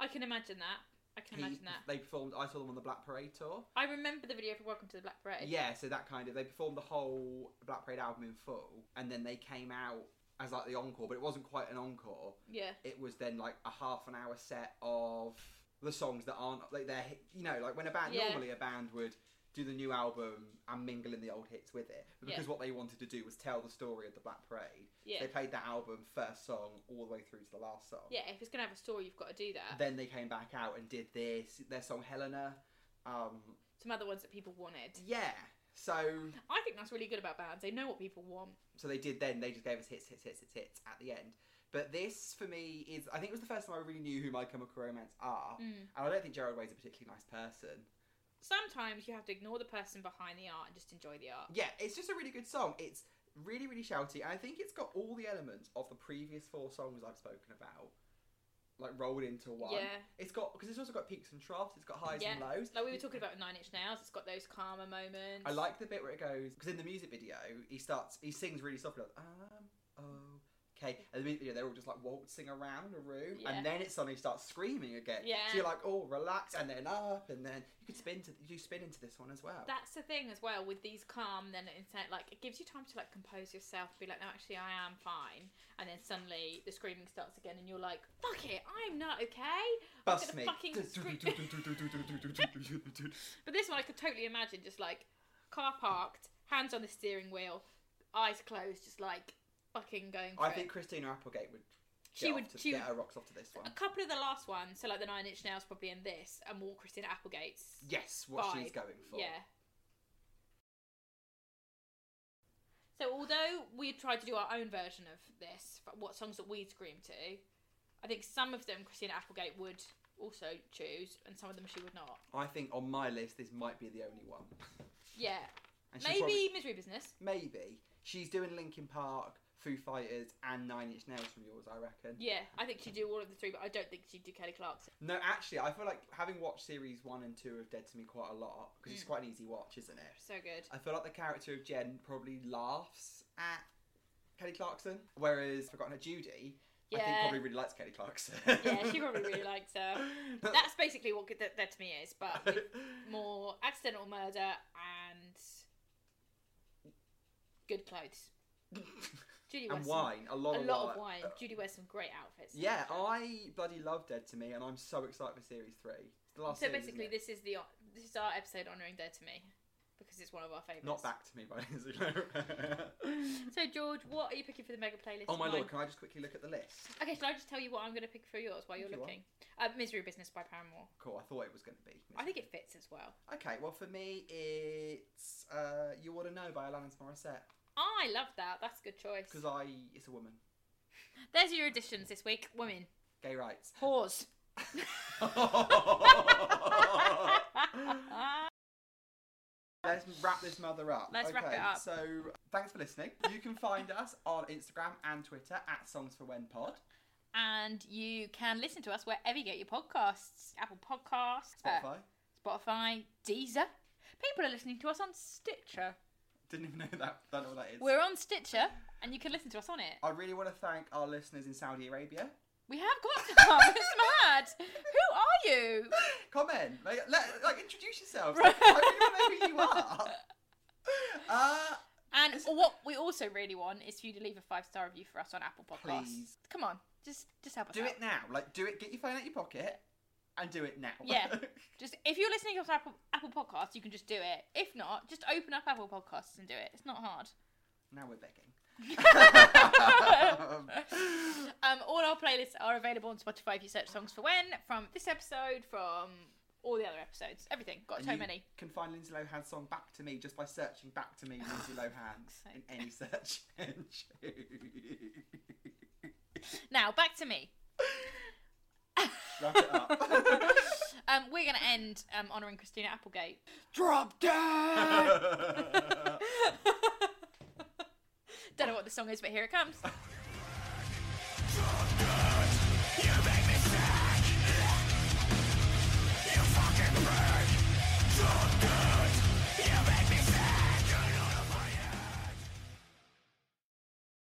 [SPEAKER 2] I can imagine that. I can
[SPEAKER 1] He-
[SPEAKER 2] imagine that.
[SPEAKER 1] They performed. I saw them on the Black Parade tour.
[SPEAKER 2] I remember the video for Welcome to the Black Parade.
[SPEAKER 1] Yeah, so that kind of they performed the whole Black Parade album in full, and then they came out as like the encore, but it wasn't quite an encore.
[SPEAKER 2] Yeah.
[SPEAKER 1] It was then like a half an hour set of the songs that aren't like they're hit- you know like when a band
[SPEAKER 2] Yeah.
[SPEAKER 1] normally a band would do the new album and mingle in the old hits with it, but
[SPEAKER 2] Yeah.
[SPEAKER 1] because what they wanted to do was tell the story of the Black Parade,
[SPEAKER 2] Yeah.
[SPEAKER 1] they played that album first song all the way through to the last song.
[SPEAKER 2] Yeah, if it's gonna have a story, you've got to do that.
[SPEAKER 1] Then they came back out and did this their song Helena. Um,
[SPEAKER 2] Some other ones that people wanted.
[SPEAKER 1] yeah, so
[SPEAKER 2] I think that's really good about bands. They know what people want.
[SPEAKER 1] so they did then they just gave us hits hits hits hits hits at the end but this for me is i think it was the first time i really knew who my chemical romance are
[SPEAKER 2] Mm.
[SPEAKER 1] and i don't think gerald way's a particularly nice person
[SPEAKER 2] Sometimes you have to ignore the person behind the art and just enjoy the art.
[SPEAKER 1] yeah it's just a really good song it's really really shouty and i think it's got all the elements of the previous four songs i've spoken about like rolled into one
[SPEAKER 2] Yeah.
[SPEAKER 1] it's got because it's also got peaks and troughs it's got highs and
[SPEAKER 2] Yeah.
[SPEAKER 1] lows
[SPEAKER 2] Like we were talking about with Nine Inch Nails, it's got those calmer moments.
[SPEAKER 1] I like the bit where it goes because in the music video he starts he sings really softly like um okay and the music video they're all just like waltzing around a room
[SPEAKER 2] Yeah.
[SPEAKER 1] and then it suddenly starts screaming again
[SPEAKER 2] Yeah.
[SPEAKER 1] so you're like oh relax and then up and then you could spin to you spin into this one as well
[SPEAKER 2] That's the thing as well with these calm, then instead like it gives you time to like compose yourself, be like, no, actually I am fine, and then suddenly the screaming starts again, and you're like, fuck it, I'm not okay.
[SPEAKER 1] bust
[SPEAKER 2] gonna
[SPEAKER 1] me
[SPEAKER 2] fucking scream. But this one I could totally imagine just like car parked, hands on the steering wheel, eyes closed, just like fucking going for
[SPEAKER 1] I
[SPEAKER 2] it.
[SPEAKER 1] think Christina Applegate would
[SPEAKER 2] She
[SPEAKER 1] get off
[SPEAKER 2] would-
[SPEAKER 1] to,
[SPEAKER 2] she
[SPEAKER 1] get
[SPEAKER 2] would-
[SPEAKER 1] her rocks off to this one
[SPEAKER 2] a couple of the last ones, so like the Nine Inch Nails probably in this, and more Christina Applegate's.
[SPEAKER 1] yes what she's
[SPEAKER 2] vibe.
[SPEAKER 1] going for
[SPEAKER 2] Yeah. So although we tried to do our own version of this, but what songs that we'd scream to, I think some of them Christina Applegate would also choose, and some of them she would not.
[SPEAKER 1] I think on my list this might be the only one.
[SPEAKER 2] Yeah,
[SPEAKER 1] And she's
[SPEAKER 2] maybe
[SPEAKER 1] probably-
[SPEAKER 2] misery business.
[SPEAKER 1] maybe she's doing Linkin Park, Foo Fighters, and Nine Inch Nails from yours. I reckon.
[SPEAKER 2] Yeah, I think she'd do all of the three, but I don't think she'd do Kelly Clarkson.
[SPEAKER 1] No, actually, I feel like having watched series one and two of Dead to Me quite a lot because
[SPEAKER 2] Mm.
[SPEAKER 1] it's quite an easy watch, isn't it?
[SPEAKER 2] So good.
[SPEAKER 1] I feel like the character of Jen probably laughs at Kelly Clarkson, whereas Forgotten Her Judy, I think
[SPEAKER 2] Yeah,
[SPEAKER 1] probably really likes Kelly Clarkson.
[SPEAKER 2] yeah, she probably really likes her. That's basically what good that, that to me is, but with more accidental murder and good clothes. Judy
[SPEAKER 1] and
[SPEAKER 2] Weston.
[SPEAKER 1] wine, a
[SPEAKER 2] A
[SPEAKER 1] lot,
[SPEAKER 2] lot
[SPEAKER 1] of,
[SPEAKER 2] of wine. Judy wears some great outfits.
[SPEAKER 1] Yeah, I bloody love Dead to Me, and I'm so excited for series three. It's the last.
[SPEAKER 2] So
[SPEAKER 1] series, isn't
[SPEAKER 2] basically,
[SPEAKER 1] it?
[SPEAKER 2] this is the this is our episode honouring Dead to Me because it's one of our favourites.
[SPEAKER 1] not back to me by Lindsay Lohan.
[SPEAKER 2] So George, what are you picking for the mega playlist?
[SPEAKER 1] oh my
[SPEAKER 2] Mine-
[SPEAKER 1] lord! Can I just quickly look at the list?
[SPEAKER 2] Okay, shall I just tell you what I'm going to pick for yours while you're
[SPEAKER 1] If you want.
[SPEAKER 2] looking? Uh, Misery Business by Paramore.
[SPEAKER 1] Cool. I thought it was going to be.
[SPEAKER 2] I think it fits as well.
[SPEAKER 1] Okay, well for me it's uh, "You Ought to Know" by Alanis Morissette
[SPEAKER 2] I love that. That's a good choice.
[SPEAKER 1] because I it's a woman,
[SPEAKER 2] There's your additions this week. Women.
[SPEAKER 1] gay rights.
[SPEAKER 2] Pause.
[SPEAKER 1] Let's wrap this mother up.
[SPEAKER 2] Let's
[SPEAKER 1] okay,
[SPEAKER 2] wrap it up.
[SPEAKER 1] So thanks for listening. You can find us on Instagram and Twitter at Songs for When Pod,
[SPEAKER 2] and you can listen to us wherever you get your podcasts. Apple Podcasts, uh,
[SPEAKER 1] Spotify.
[SPEAKER 2] Spotify, Deezer. People are listening to us on Stitcher.
[SPEAKER 1] Didn't even know that. Don't know what that is.
[SPEAKER 2] We're on Stitcher, and you can listen to us on it.
[SPEAKER 1] I really want to thank our listeners in Saudi Arabia.
[SPEAKER 2] We have got some. it's mad. Who are you?
[SPEAKER 1] Comment. Like, let, like introduce yourself.
[SPEAKER 2] Right.
[SPEAKER 1] I really want to know who you are. Uh,
[SPEAKER 2] And what we also really want is for you to leave a five star review for us on Apple Podcasts.
[SPEAKER 1] Please.
[SPEAKER 2] Come on, just just help us
[SPEAKER 1] do
[SPEAKER 2] out.
[SPEAKER 1] it now. Like, do it. Get your phone out your pocket and do it now.
[SPEAKER 2] Yeah. Just if you're listening to Apple Apple Podcasts, you can just do it. If not, just open up Apple Podcasts and do it. It's not hard.
[SPEAKER 1] now we're begging.
[SPEAKER 2] Um, all our playlists are available on Spotify if you search songs for when from this episode, from all the other episodes, everything. Got
[SPEAKER 1] And
[SPEAKER 2] so
[SPEAKER 1] you
[SPEAKER 2] many.
[SPEAKER 1] Can find Lindsay Lohan's song "Back to Me" just by searching "Back to Me" Lindsay Lohan in any
[SPEAKER 2] sake.
[SPEAKER 1] search engine.
[SPEAKER 2] Now back to me.
[SPEAKER 1] Wrap it
[SPEAKER 2] Um, we're gonna end um, honouring Christina Applegate.
[SPEAKER 1] Drop down.
[SPEAKER 2] Don't know what the song is, but here it comes.